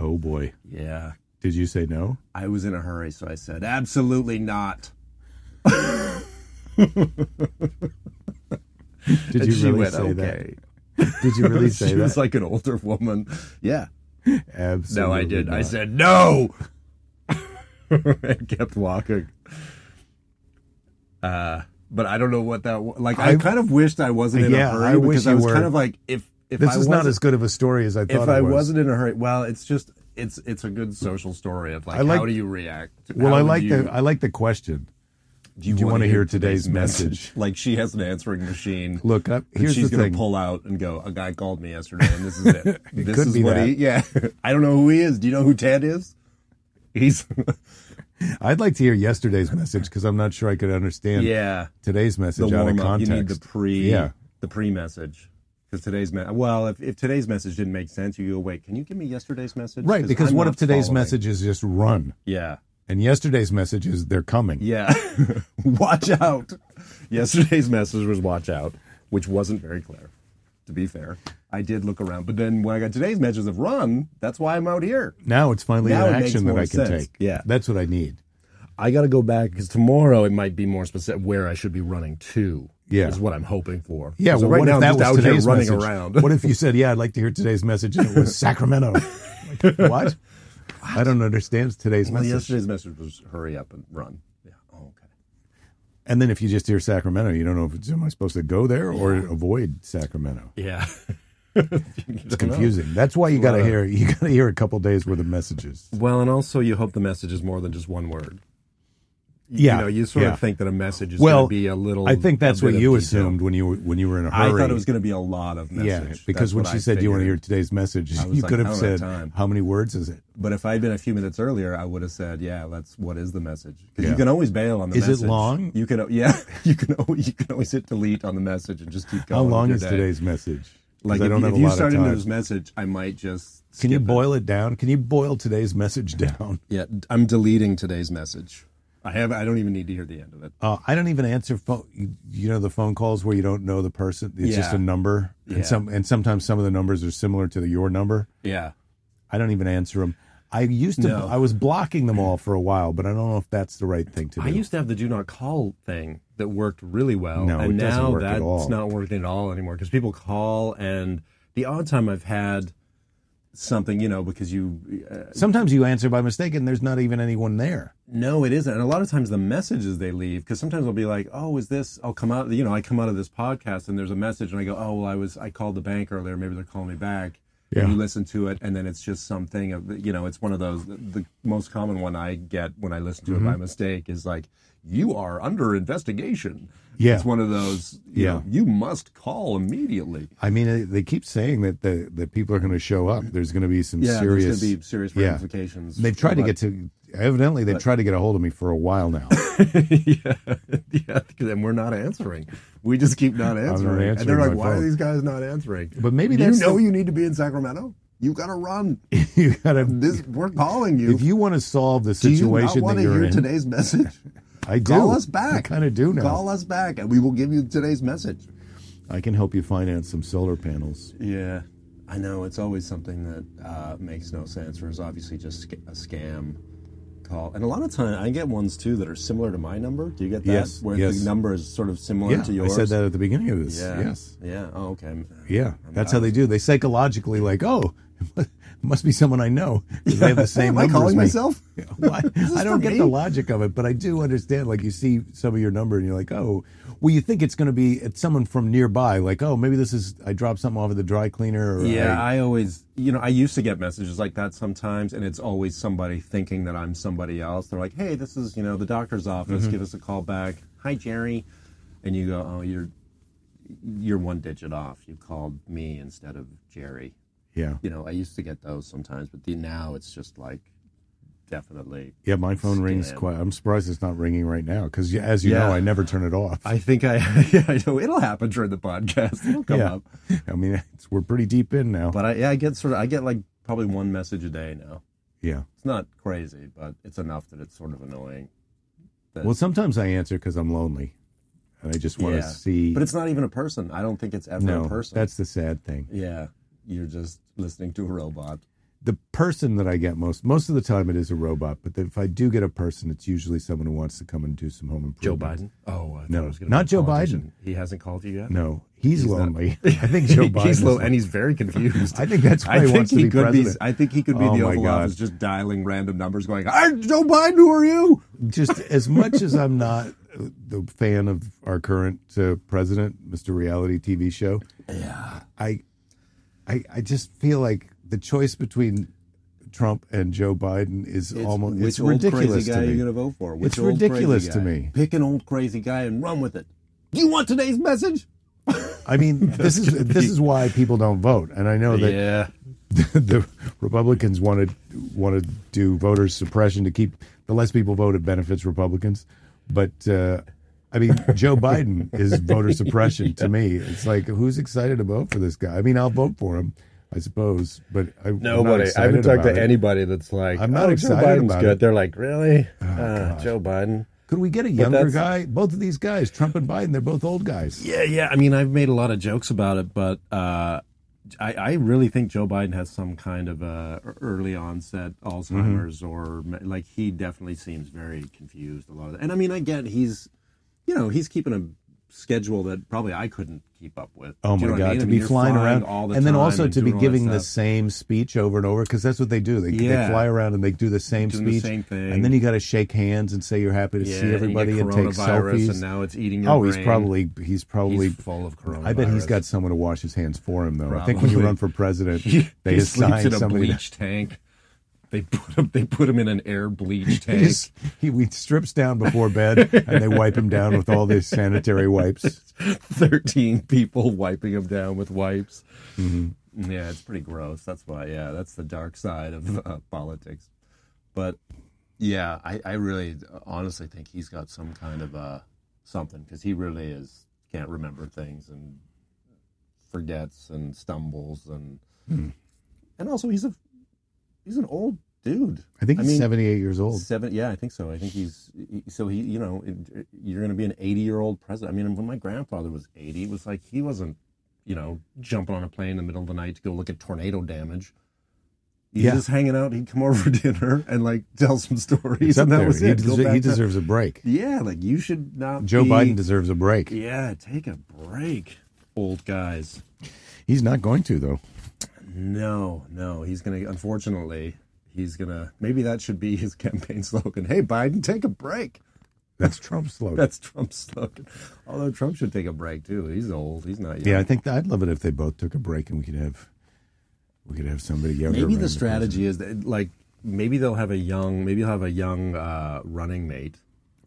Speaker 2: Oh boy,
Speaker 1: Yeah,
Speaker 2: did you say no?
Speaker 1: I was in a hurry, so I said, absolutely not.
Speaker 2: Did
Speaker 1: And
Speaker 2: you
Speaker 1: she
Speaker 2: really
Speaker 1: went,
Speaker 2: say
Speaker 1: okay.
Speaker 2: that? Did you really
Speaker 1: she
Speaker 2: say that?
Speaker 1: was like an older woman. Yeah.
Speaker 2: Absolutely.
Speaker 1: No, I did. I
Speaker 2: not.
Speaker 1: said no. and kept walking. Uh, but I don't know what that wa- like. I,
Speaker 2: I-
Speaker 1: kind of wished I wasn't in
Speaker 2: Yeah,
Speaker 1: a hurry
Speaker 2: I wish
Speaker 1: because I
Speaker 2: you
Speaker 1: was
Speaker 2: were.
Speaker 1: kind of like if if
Speaker 2: This
Speaker 1: I
Speaker 2: is not
Speaker 1: wasn't-
Speaker 2: as good of a story as I thought
Speaker 1: if
Speaker 2: it
Speaker 1: I
Speaker 2: was.
Speaker 1: wasn't in a hurry, well, it's just it's it's a good social story of like,
Speaker 2: I like-
Speaker 1: how do you react? to-
Speaker 2: well,
Speaker 1: how
Speaker 2: I
Speaker 1: would
Speaker 2: like
Speaker 1: you-
Speaker 2: the I like the question.
Speaker 1: you,
Speaker 2: do you
Speaker 1: wanna
Speaker 2: wanna hear today's message?
Speaker 1: like she has an answering machine.
Speaker 2: Look, I,
Speaker 1: that
Speaker 2: here's
Speaker 1: she's
Speaker 2: the
Speaker 1: gonna
Speaker 2: thing.
Speaker 1: pull out and go. A guy called me yesterday, and this is it. this
Speaker 2: could
Speaker 1: is
Speaker 2: be
Speaker 1: what he. Yeah, I don't know who he is. Do you know who Ted is? He's
Speaker 2: I'd like to hear yesterday's message because I'm not sure I could understand
Speaker 1: yeah.
Speaker 2: today's
Speaker 1: The
Speaker 2: message out of
Speaker 1: warm up. You
Speaker 2: context.
Speaker 1: need the pre.
Speaker 2: Yeah.
Speaker 1: The pre message. Because today's me- well, if, if today's message didn't make sense, you go wait. Can you give me yesterday's message?
Speaker 2: right, because
Speaker 1: I'm
Speaker 2: what
Speaker 1: not
Speaker 2: if today's
Speaker 1: following."
Speaker 2: message is just run,
Speaker 1: Yeah.
Speaker 2: and yesterday's message is they're coming?
Speaker 1: Yeah. watch out. Yesterday's message was watch out, which wasn't very clear, to be fair. I did look around, but then when I got today's message of run, that's why I'm out here.
Speaker 2: Now it's finally
Speaker 1: Now
Speaker 2: an
Speaker 1: it makes
Speaker 2: action that
Speaker 1: more
Speaker 2: I can
Speaker 1: sense.
Speaker 2: take.
Speaker 1: Yeah.
Speaker 2: that's what I need.
Speaker 1: I got to go back because tomorrow it might be more specific where I should be running to.
Speaker 2: Yeah.
Speaker 1: Is what I'm hoping for.
Speaker 2: Yeah,
Speaker 1: So
Speaker 2: well,
Speaker 1: right
Speaker 2: what
Speaker 1: now I'm
Speaker 2: if
Speaker 1: just
Speaker 2: that was
Speaker 1: out here
Speaker 2: today's
Speaker 1: running
Speaker 2: message?
Speaker 1: around.
Speaker 2: what if you said, "Yeah, I'd like to hear today's message," and it was Sacramento? Like, what? I don't understand today's
Speaker 1: Well,
Speaker 2: message.
Speaker 1: yesterday's message was hurry up and run. Yeah. Oh, okay.
Speaker 2: And then if you just hear Sacramento, you don't know if it's, am I supposed to go there or avoid Sacramento?
Speaker 1: Yeah.
Speaker 2: It's confusing. That's why you got to
Speaker 1: Well, uh,
Speaker 2: hear you got to hear a couple days worth of messages.
Speaker 1: Well, and also you hope the message is more than just one word.
Speaker 2: Yeah,
Speaker 1: You know, you sort
Speaker 2: yeah.
Speaker 1: of think that a message is
Speaker 2: Well,
Speaker 1: going to be a little.
Speaker 2: I think that's
Speaker 1: a bit
Speaker 2: what
Speaker 1: of
Speaker 2: you
Speaker 1: detail.
Speaker 2: assumed when you were- when you were in a
Speaker 1: I
Speaker 2: hurry.
Speaker 1: thought it was going to be a lot of message.
Speaker 2: yeah,
Speaker 1: That's
Speaker 2: because when
Speaker 1: what
Speaker 2: she
Speaker 1: I
Speaker 2: said you want to hear
Speaker 1: figured.
Speaker 2: today's message,
Speaker 1: I was
Speaker 2: you
Speaker 1: like,
Speaker 2: could
Speaker 1: I
Speaker 2: have
Speaker 1: don't have
Speaker 2: said
Speaker 1: time.
Speaker 2: how many words is it?
Speaker 1: But if I'd been a few minutes earlier, I would have said, "Yeah, that's what is the message?" Because
Speaker 2: Yeah.
Speaker 1: you can always bail on the
Speaker 2: Is it
Speaker 1: message.
Speaker 2: long?
Speaker 1: You can, yeah, you can, al- you can always hit delete on the message and just keep going.
Speaker 2: How
Speaker 1: with
Speaker 2: long
Speaker 1: your
Speaker 2: is
Speaker 1: day.
Speaker 2: today's message? 'Cause
Speaker 1: Like,
Speaker 2: I
Speaker 1: if,
Speaker 2: don't
Speaker 1: you-
Speaker 2: have
Speaker 1: if
Speaker 2: a
Speaker 1: you
Speaker 2: lot
Speaker 1: start
Speaker 2: of
Speaker 1: into
Speaker 2: time.
Speaker 1: this message, I might just.
Speaker 2: Can you
Speaker 1: skip it.
Speaker 2: boil it down? Can you boil today's message down?
Speaker 1: Yeah, I'm deleting today's message. I have. I don't even need to hear the end of it.
Speaker 2: Uh, I don't even answer phone. You, you know the phone calls where you don't know the person. It's just
Speaker 1: Yeah.
Speaker 2: a number,
Speaker 1: Yeah.
Speaker 2: and some and sometimes some of the numbers are similar to the, your number.
Speaker 1: Yeah.
Speaker 2: I don't even answer them. I used to.
Speaker 1: No.
Speaker 2: I was blocking them all for a while, but I don't know if that's the right thing to do.
Speaker 1: I used to have the do not call thing that worked really well.
Speaker 2: No,
Speaker 1: and
Speaker 2: it doesn't
Speaker 1: now
Speaker 2: work at
Speaker 1: that's
Speaker 2: all.
Speaker 1: not working at all anymore because people call, and the odd time I've had something, you know, because you uh,
Speaker 2: Sometimes you answer by mistake, and there's not even anyone there.
Speaker 1: no, it isn't. And a lot of times the messages they leave, because sometimes I'll be like, oh, is this, I'll come out, you know, I come out of this podcast and there's a message and I go, oh, well, I was, I called the bank earlier. Maybe they're calling me back.
Speaker 2: Yeah.
Speaker 1: And you listen to it and then it's just something of, you know, it's one of those, the, the most common one I get when I listen to
Speaker 2: Mm-hmm.
Speaker 1: it by mistake is like, you are under investigation.
Speaker 2: Yeah.
Speaker 1: It's one of those, you
Speaker 2: Yeah.
Speaker 1: know, you must call immediately.
Speaker 2: I mean, uh, they keep saying that the that people are going to show up. There's going to be some
Speaker 1: Yeah.
Speaker 2: serious.
Speaker 1: There's going to be serious
Speaker 2: yeah.
Speaker 1: ramifications.
Speaker 2: They've tried to
Speaker 1: But-
Speaker 2: get to. Evidently, they've tried to get a hold of me for a while now.
Speaker 1: yeah, yeah, and we're not answering. We just keep not answering.
Speaker 2: answering
Speaker 1: and they're
Speaker 2: my
Speaker 1: like, why
Speaker 2: phone."
Speaker 1: are these guys not answering?
Speaker 2: But maybe
Speaker 1: Do
Speaker 2: that's
Speaker 1: you know
Speaker 2: the-
Speaker 1: you need to be in Sacramento. You got to run.
Speaker 2: you gotta.
Speaker 1: This we're calling you.
Speaker 2: If you want to solve the
Speaker 1: Do you not
Speaker 2: situation
Speaker 1: want
Speaker 2: that
Speaker 1: to
Speaker 2: you're
Speaker 1: hear
Speaker 2: in,
Speaker 1: today's message?
Speaker 2: I do.
Speaker 1: Call us
Speaker 2: I
Speaker 1: back.
Speaker 2: kind of do now.
Speaker 1: Call us back, and we will give you today's message.
Speaker 2: I can help you finance some solar panels.
Speaker 1: Yeah, I know it's always something that uh, makes no sense, or is obviously just sc- a scam call. And a lot of time, I get ones too that are similar to my number. Do you get that?
Speaker 2: Yes,
Speaker 1: where
Speaker 2: yes.
Speaker 1: the number is sort of similar
Speaker 2: Yeah,
Speaker 1: to yours.
Speaker 2: I said that at the beginning of this.
Speaker 1: Yeah.
Speaker 2: Yes.
Speaker 1: Yeah. Oh, okay.
Speaker 2: Yeah, that's how they do. They psychologically like, oh, it must be someone I know. They have the
Speaker 1: Am
Speaker 2: same.
Speaker 1: I
Speaker 2: number as
Speaker 1: calling
Speaker 2: me.
Speaker 1: myself?
Speaker 2: Yeah, why- I don't
Speaker 1: for
Speaker 2: get
Speaker 1: me?
Speaker 2: the logic of it, but I do understand. Like you see some of your number, and you're like, oh, well, you think it's going to be it's someone from nearby. Like, oh, maybe this is I dropped something off at the dry cleaner. Or
Speaker 1: Yeah,
Speaker 2: I,
Speaker 1: I always, you know, I used to get messages like that sometimes, and it's always somebody thinking that I'm somebody else. They're like, "Hey, this is, you know, the doctor's office.
Speaker 2: Mm-hmm.
Speaker 1: Give us a call back." Hi, Jerry, and you go, "Oh, you're, you're one digit off. You called me instead of Jerry."
Speaker 2: yeah,
Speaker 1: You know, I used to get those sometimes, but the, now it's just like, definitely.
Speaker 2: yeah. My phone rings
Speaker 1: Scam.
Speaker 2: quite. I'm surprised it's not ringing right now because, as you
Speaker 1: Yeah.
Speaker 2: know, I never turn it off.
Speaker 1: I think I, yeah, I know it'll happen during the podcast. It'll come
Speaker 2: yeah,
Speaker 1: up.
Speaker 2: I mean, it's, we're pretty deep in now.
Speaker 1: But I, yeah, I get sort of, I get like probably one message a day now.
Speaker 2: yeah.
Speaker 1: It's not crazy, but it's enough that it's sort of annoying. that-
Speaker 2: Well, sometimes I answer because I'm lonely, and I just want to
Speaker 1: Yeah.
Speaker 2: see.
Speaker 1: But it's not even a person. I don't think it's ever
Speaker 2: no,
Speaker 1: a person.
Speaker 2: that's the sad thing.
Speaker 1: yeah. You're just listening to a robot.
Speaker 2: the person that I get most most of the time it is a robot, but if I do get a person, it's usually someone who wants to come and do some home improvement.
Speaker 1: Oh, I thought
Speaker 2: No,
Speaker 1: it was gonna
Speaker 2: not
Speaker 1: be a
Speaker 2: Joe
Speaker 1: politician. He hasn't called you yet.
Speaker 2: No, he's, lonely. I think Joe Biden.
Speaker 1: he's low,
Speaker 2: is-
Speaker 1: and he's very confused.
Speaker 2: I think that's why
Speaker 1: I
Speaker 2: he
Speaker 1: think
Speaker 2: wants to
Speaker 1: he
Speaker 2: be
Speaker 1: could
Speaker 2: president.
Speaker 1: be. I think he could be in
Speaker 2: Oh
Speaker 1: the
Speaker 2: my
Speaker 1: Oval
Speaker 2: God.
Speaker 1: Office, just dialing random numbers, going, "I'm Joe Biden. Who are you?"
Speaker 2: Just as much as I'm not uh, the fan of our current uh, president, Mr. Reality TV show. Yeah, I I, I just feel like the choice between Trump and Joe Biden is almost
Speaker 1: which
Speaker 2: it's
Speaker 1: old
Speaker 2: ridiculous
Speaker 1: crazy guy
Speaker 2: to
Speaker 1: are
Speaker 2: me.
Speaker 1: you going to vote for? Which
Speaker 2: It's
Speaker 1: old
Speaker 2: ridiculous
Speaker 1: crazy
Speaker 2: to
Speaker 1: guy?
Speaker 2: me.
Speaker 1: Pick an old crazy guy and run with it. You want today's message?
Speaker 2: I mean, this is this is why people don't vote, and I know that
Speaker 1: yeah.
Speaker 2: the Republicans wanted wanted to do voter suppression to keep the less people vote it benefits Republicans, but uh, I mean Joe Biden is voter suppression to me. It's like who's excited to vote for this guy? I mean, I'll vote for him, I suppose, but I, I'm not
Speaker 1: Nobody. I
Speaker 2: excited
Speaker 1: haven't talked to
Speaker 2: about it.
Speaker 1: anybody that's like,
Speaker 2: I'm not
Speaker 1: oh,
Speaker 2: excited
Speaker 1: Joe Biden's
Speaker 2: about
Speaker 1: good.
Speaker 2: it. Oh,
Speaker 1: They're like, really? Uh, Joe Biden.
Speaker 2: Could we get a younger
Speaker 1: that's-
Speaker 2: guy? Both of these guys, Trump and Biden, they're both old guys.
Speaker 1: Yeah, yeah. I mean, I've made a lot of jokes about it, but uh, I, I really think Joe Biden has some kind of uh, early onset
Speaker 2: Mm-hmm.
Speaker 1: Alzheimer's, or me- like he definitely seems very confused a lot of that. And I mean, I get he's, you know, he's keeping a schedule that probably I couldn't keep up with.
Speaker 2: Oh
Speaker 1: Do you
Speaker 2: my
Speaker 1: know what
Speaker 2: God!
Speaker 1: I mean?
Speaker 2: To
Speaker 1: I mean,
Speaker 2: be
Speaker 1: you're
Speaker 2: flying, around
Speaker 1: all the
Speaker 2: and then
Speaker 1: time
Speaker 2: also
Speaker 1: and
Speaker 2: to be
Speaker 1: doing all that
Speaker 2: giving the
Speaker 1: stuff.
Speaker 2: same speech over and over because that's what they do. They,
Speaker 1: Yeah.
Speaker 2: they fly around and they do the same
Speaker 1: Doing the
Speaker 2: speech,
Speaker 1: same thing.
Speaker 2: and then you got to shake hands and say you're happy to
Speaker 1: Yeah, and
Speaker 2: see
Speaker 1: you get
Speaker 2: everybody and, take
Speaker 1: coronavirus,
Speaker 2: selfies.
Speaker 1: And now it's eating your
Speaker 2: oh, he's
Speaker 1: brain.
Speaker 2: probably he's probably
Speaker 1: He's full of coronavirus.
Speaker 2: I bet he's got someone to wash his hands for him though. I think when you
Speaker 1: Probably.
Speaker 2: run for president, they
Speaker 1: he sleeps
Speaker 2: assign
Speaker 1: in a
Speaker 2: somebody. to-
Speaker 1: bleach tank. They put him. They put him in an air bleach
Speaker 2: He
Speaker 1: tank.
Speaker 2: just- he, he strips down before bed and they wipe him down with all these sanitary wipes.
Speaker 1: 13 people wiping him down with wipes.
Speaker 2: Mm-hmm.
Speaker 1: Yeah, it's pretty gross. That's why, yeah, that's the dark side of uh, politics. But yeah, I, I really honestly think he's got some kind of uh, something because he really is can't remember things and forgets and stumbles and
Speaker 2: Hmm.
Speaker 1: and also he's a he's an old dude.
Speaker 2: I think
Speaker 1: I
Speaker 2: he's
Speaker 1: mean-
Speaker 2: 78 years old.
Speaker 1: Seven, yeah, I think so. I think he's he- so he, you know, it- you're going to be an 80 year old president. I mean, when my grandfather was 80, it was like he wasn't, you know, jumping on a plane in the middle of the night to go look at tornado damage. He's
Speaker 2: Yeah.
Speaker 1: just hanging out. He'd come over for dinner and like tell some stories,
Speaker 2: It's up
Speaker 1: and that
Speaker 2: there.
Speaker 1: was
Speaker 2: He,
Speaker 1: it. Go
Speaker 2: deser-
Speaker 1: back
Speaker 2: he
Speaker 1: to-
Speaker 2: deserves a break.
Speaker 1: yeah, like you should not.
Speaker 2: Joe
Speaker 1: be-
Speaker 2: Biden deserves a break.
Speaker 1: Yeah, take a break, old guys.
Speaker 2: He's not going to though.
Speaker 1: No, no, he's gonna. Unfortunately, he's gonna. Maybe that should be his campaign slogan. Hey, Biden, take a break.
Speaker 2: That's Trump's slogan.
Speaker 1: That's Trump's slogan. Although Trump should take a break too. He's old. He's not young.
Speaker 2: yeah, I think that, I'd love it if they both took a break and we could have we could have somebody younger.
Speaker 1: Maybe
Speaker 2: running
Speaker 1: the strategy is that, like maybe they'll have a young maybe they'll have a young uh, running mate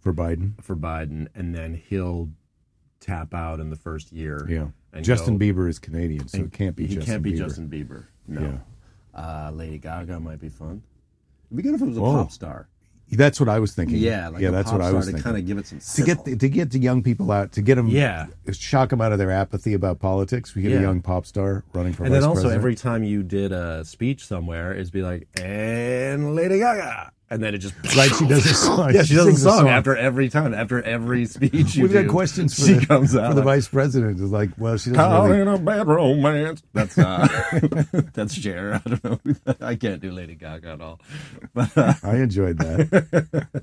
Speaker 2: for Biden.
Speaker 1: for Biden, and then he'll tap out in the first year.
Speaker 2: Yeah,
Speaker 1: and
Speaker 2: Justin
Speaker 1: go-
Speaker 2: Bieber is Canadian, so it can't be
Speaker 1: He
Speaker 2: Justin
Speaker 1: can't be
Speaker 2: Bieber.
Speaker 1: Justin Bieber. No. Uh, Lady Gaga might be fun. It'd be good if it was a
Speaker 2: Whoa.
Speaker 1: pop star.
Speaker 2: That's what I was thinking.
Speaker 1: Yeah, like
Speaker 2: yeah,
Speaker 1: a
Speaker 2: that's
Speaker 1: pop
Speaker 2: what I
Speaker 1: star
Speaker 2: was
Speaker 1: to
Speaker 2: thinking.
Speaker 1: kind of give it some
Speaker 2: to get
Speaker 1: sizzle.
Speaker 2: the, to get the young people out, to get them,
Speaker 1: Yeah.
Speaker 2: shock them out of their apathy about politics. We get
Speaker 1: Yeah.
Speaker 2: a young pop star running for
Speaker 1: And
Speaker 2: vice
Speaker 1: then also
Speaker 2: president.
Speaker 1: every time you did a speech somewhere, it'd be like, "And Lady Gaga," and then it just
Speaker 2: Right, she does a song.
Speaker 1: Yeah, she, does a
Speaker 2: sings
Speaker 1: song, after every time, after every speech. You
Speaker 2: We've
Speaker 1: do,
Speaker 2: got questions for
Speaker 1: she
Speaker 2: the,
Speaker 1: comes out
Speaker 2: for the
Speaker 1: like,
Speaker 2: vice president. It's like, well, she doesn't
Speaker 1: Caught
Speaker 2: really
Speaker 1: in a bad romance. That's uh, that's Cher. I don't know. I can't do Lady Gaga at all. But uh,
Speaker 2: I enjoyed that.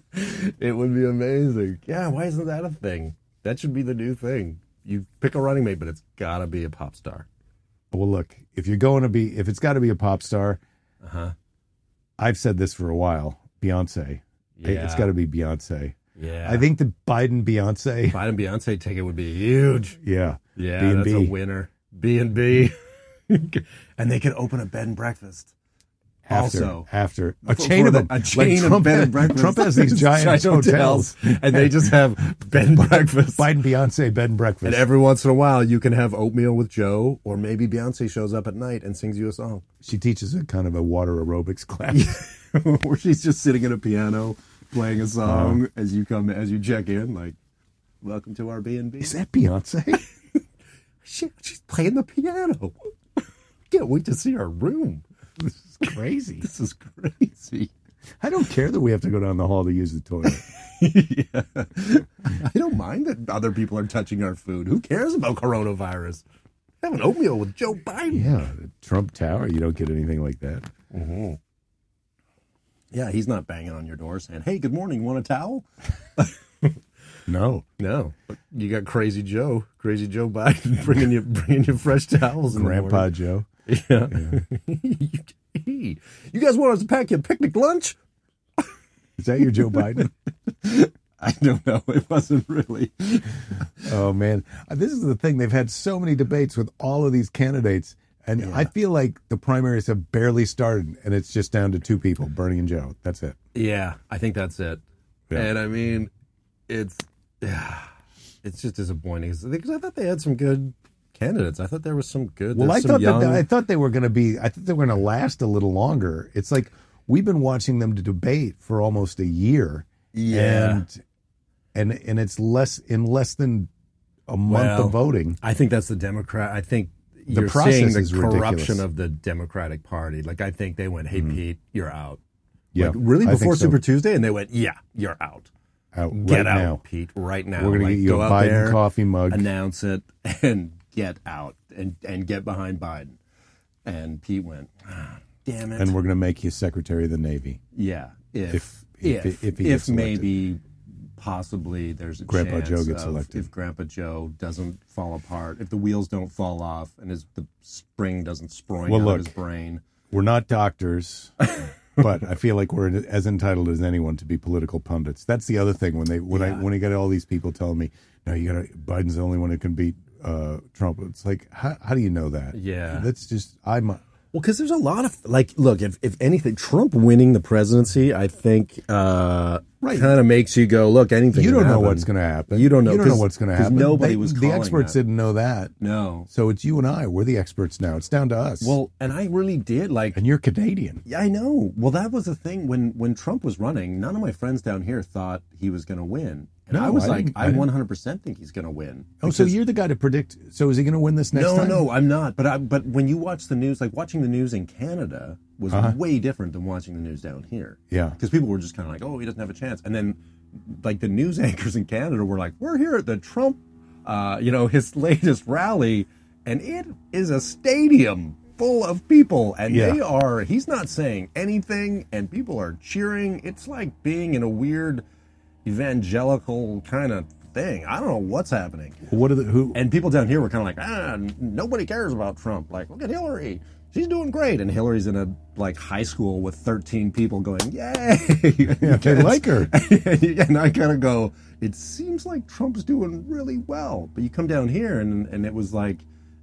Speaker 1: it would be amazing. Yeah, why isn't that a thing? That should be the new thing. You pick a running mate, but it's gotta be a pop star.
Speaker 2: well, look, if you're going to be, if it's got to be a pop star,
Speaker 1: Uh-huh.
Speaker 2: I've said this for a while. Beyonce, Hey, it's
Speaker 1: Yeah.
Speaker 2: got to be Beyonce.
Speaker 1: Yeah,
Speaker 2: I think the Biden Beyonce,
Speaker 1: Biden Beyonce ticket would be huge.
Speaker 2: yeah,
Speaker 1: Yeah,
Speaker 2: B&B.
Speaker 1: that's a winner. B and B, and they could open a bed and breakfast.
Speaker 2: After,
Speaker 1: also,
Speaker 2: after a
Speaker 1: for-
Speaker 2: chain
Speaker 1: for
Speaker 2: of
Speaker 1: the-
Speaker 2: them,
Speaker 1: a chain
Speaker 2: like
Speaker 1: of
Speaker 2: Trump
Speaker 1: bed
Speaker 2: has-
Speaker 1: and breakfast.
Speaker 2: Trump has these giant, hotels.
Speaker 1: and they just have bed and breakfast.
Speaker 2: Biden Beyonce bed and breakfast.
Speaker 1: And every once in a while, you can have oatmeal with Joe, or maybe Beyonce shows up at night and sings you a song,
Speaker 2: she teaches a kind of a water aerobics class.
Speaker 1: where she's just sitting at a piano playing a song
Speaker 2: Uh-huh.
Speaker 1: as you come as you check in, like "Welcome to our B and B."
Speaker 2: Is that Beyonce?
Speaker 1: She, she's playing the piano. Can't wait to see her room.
Speaker 2: this is crazy.
Speaker 1: This is crazy.
Speaker 2: I don't care that we have to go down the hall to use the toilet.
Speaker 1: yeah. I don't mind that other people are touching our food. Who cares about coronavirus? Have an oatmeal with Joe Biden.
Speaker 2: yeah, the Trump Tower. You don't get anything like that.
Speaker 1: Yeah, he's not banging on your door saying, "Hey, good morning. Want a towel?"
Speaker 2: No.
Speaker 1: No, you got Crazy Joe, Crazy Joe Biden bringing you bringing you fresh towels. In
Speaker 2: Grandpa Joe.
Speaker 1: the morning. yeah. Hey, you guys want us to pack you a picnic lunch?
Speaker 2: Is that your Joe Biden?
Speaker 1: I don't know. It wasn't really.
Speaker 2: Oh man, Uh, this is the thing. They've had so many debates with all of these candidates, And I feel like the primaries have barely started, and it's just down to two people, Bernie and Joe. That's it.
Speaker 1: Yeah, I think that's it.
Speaker 2: Yeah.
Speaker 1: And I mean, it's it's just disappointing because I thought they had some good candidates. I thought there was some good.
Speaker 2: Well,
Speaker 1: there's
Speaker 2: I
Speaker 1: some
Speaker 2: thought
Speaker 1: young,
Speaker 2: that I thought they were going to be. I thought they were going to last a little longer. It's like we've been watching them to debate for almost a year,
Speaker 1: Yeah.
Speaker 2: and and and it's less in less than a month
Speaker 1: Well,
Speaker 2: of voting.
Speaker 1: I think that's the Democrat. I think you're
Speaker 2: process
Speaker 1: seeing the
Speaker 2: is
Speaker 1: corruption
Speaker 2: ridiculous. Mm-hmm.
Speaker 1: of the Democratic Party. Like I think they went, "Hey Pete, you're out."
Speaker 2: Yeah,
Speaker 1: Like, really
Speaker 2: I think
Speaker 1: before
Speaker 2: so.
Speaker 1: Super Tuesday, and they went, "Yeah, you're out.
Speaker 2: Out right
Speaker 1: Get out,
Speaker 2: now.
Speaker 1: Pete, right now.
Speaker 2: We're going
Speaker 1: Like,
Speaker 2: to get you
Speaker 1: go
Speaker 2: a
Speaker 1: out
Speaker 2: Biden
Speaker 1: there,
Speaker 2: coffee mug.
Speaker 1: announce it, and get out and and get behind Biden." And Pete went, ah, "Damn it."
Speaker 2: and we're going to make you Secretary of the Navy.
Speaker 1: Yeah, if
Speaker 2: If-
Speaker 1: if if,
Speaker 2: if- if he gets elected.
Speaker 1: maybe possibly there's a
Speaker 2: Grandpa
Speaker 1: chance
Speaker 2: Joe gets
Speaker 1: of
Speaker 2: elected.
Speaker 1: if Grandpa Joe doesn't fall apart, if the wheels don't fall off, and his the spring doesn't spring
Speaker 2: Well,
Speaker 1: out
Speaker 2: look.
Speaker 1: of his brain.
Speaker 2: We're not doctors, but I feel like we're as entitled as anyone to be political pundits. That's the other thing when they when I
Speaker 1: Yeah.
Speaker 2: when I get all these people telling me, "No, you got to Biden's the only one who can beat uh, Trump." It's like, how, how do you know that?
Speaker 1: Yeah.
Speaker 2: that's just I'm.
Speaker 1: Well, because there's a lot of like, look, if if anything, Trump winning the presidency, I think, uh,
Speaker 2: Right.
Speaker 1: kind of makes you go, look, anything.
Speaker 2: You
Speaker 1: can
Speaker 2: don't know
Speaker 1: happen."
Speaker 2: what's going to happen.
Speaker 1: You don't know.
Speaker 2: You don't know
Speaker 1: 'cause-
Speaker 2: what's going to
Speaker 1: 'cause
Speaker 2: happen.
Speaker 1: Nobody
Speaker 2: They-
Speaker 1: was
Speaker 2: The
Speaker 1: calling
Speaker 2: experts
Speaker 1: that.
Speaker 2: didn't know that,
Speaker 1: No.
Speaker 2: so it's you and I. We're the experts now. It's down to us.
Speaker 1: Well, and I really did like.
Speaker 2: and you're Canadian.
Speaker 1: Yeah, I know. Well, that was the thing when when Trump was running. None of my friends down here thought he was going to win, and
Speaker 2: No,
Speaker 1: I was
Speaker 2: I
Speaker 1: like,
Speaker 2: didn't- I
Speaker 1: I
Speaker 2: didn't.
Speaker 1: 100 percent think he's going to win.
Speaker 2: Oh, so you're the guy to predict. So is he going to win this next
Speaker 1: no,
Speaker 2: time?
Speaker 1: no, I'm not. But I, but when you watch the news, like watching the news in Canada was
Speaker 2: Uh-huh.
Speaker 1: way different than watching the news down here.
Speaker 2: Yeah.
Speaker 1: because people were just kind of like, oh, he doesn't have a chance, and then like the news anchors in Canada were like, we're here at the Trump, uh, you know, his latest rally, and it is a stadium full of people, and
Speaker 2: Yeah.
Speaker 1: they are. He's not saying anything, and people are cheering. It's like being in a weird evangelical kind of thing. I don't know what's happening.
Speaker 2: What are the who?
Speaker 1: And people down here were kind of like, ah, n- nobody cares about Trump. Like, look at Hillary. She's doing great. And Hillary's in a like high school with 13 people going, yay.
Speaker 2: Yeah, they like her.
Speaker 1: and I kind of go, it seems like Trump's doing really well. But you come down here and, and it was like,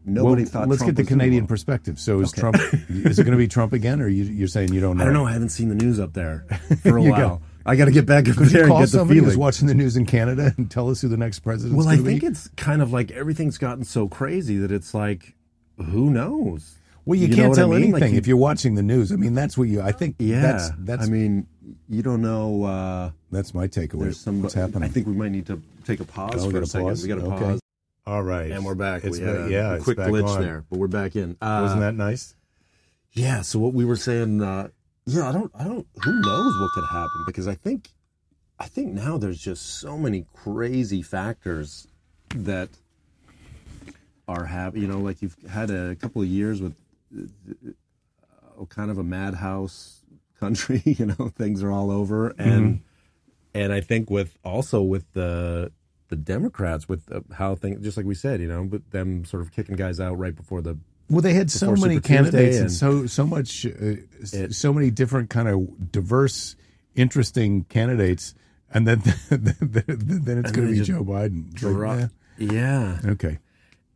Speaker 1: nobody
Speaker 2: Well,
Speaker 1: thought
Speaker 2: let's
Speaker 1: Trump
Speaker 2: get the
Speaker 1: was doing
Speaker 2: Canadian
Speaker 1: well.
Speaker 2: perspective. So is Trump? is it going to be Trump again, or you, you're saying you don't know?
Speaker 1: I don't know. I haven't seen the news up there for a
Speaker 2: You go.
Speaker 1: while. I got to get back up there and
Speaker 2: Call
Speaker 1: get the
Speaker 2: somebody who's
Speaker 1: feeling.
Speaker 2: watching the news in Canada and tell us who the next president.
Speaker 1: Well, I
Speaker 2: going
Speaker 1: think
Speaker 2: be.
Speaker 1: it's kind of like everything's gotten so crazy that it's like, who knows?
Speaker 2: Well, you,
Speaker 1: know
Speaker 2: can't
Speaker 1: what I
Speaker 2: tell
Speaker 1: mean?
Speaker 2: anything
Speaker 1: Like, you
Speaker 2: if you're watching the news. I mean, that's what you. I think.
Speaker 1: Yeah,
Speaker 2: that's that's
Speaker 1: I mean, you don't know. Uh,
Speaker 2: that's my takeaway.
Speaker 1: there's some.
Speaker 2: What's happening?
Speaker 1: I think we might need to take a pause
Speaker 2: Oh, we
Speaker 1: for
Speaker 2: gotta
Speaker 1: a second.
Speaker 2: pause?
Speaker 1: We got to
Speaker 2: Okay.
Speaker 1: pause,
Speaker 2: All right,
Speaker 1: and we're back.
Speaker 2: It's
Speaker 1: we had
Speaker 2: ba-
Speaker 1: a,
Speaker 2: yeah,
Speaker 1: a
Speaker 2: it's
Speaker 1: quick
Speaker 2: back
Speaker 1: glitch
Speaker 2: on.
Speaker 1: there, but we're back in. Uh,
Speaker 2: Wasn't that nice?
Speaker 1: Yeah. So what we were saying, uh, yeah, I don't, I don't. Who knows what could happen? Because I think, I think now there's just so many crazy factors that are happening. You know, like you've had a couple of years with uh, kind of a madhouse country. You know, things are all over, and and I think with also with the the Democrats with uh, how things, just like we said, you know, but them sort of kicking guys out right before the
Speaker 2: Well, they had so
Speaker 1: Before
Speaker 2: many
Speaker 1: Super Tuesday
Speaker 2: candidates and
Speaker 1: and-
Speaker 2: so so much, uh, s- so many different kind of diverse, interesting candidates, and then then, then it's going to
Speaker 1: they
Speaker 2: be
Speaker 1: just
Speaker 2: Joe Biden. It's like,
Speaker 1: drop. Yeah.
Speaker 2: eh, okay.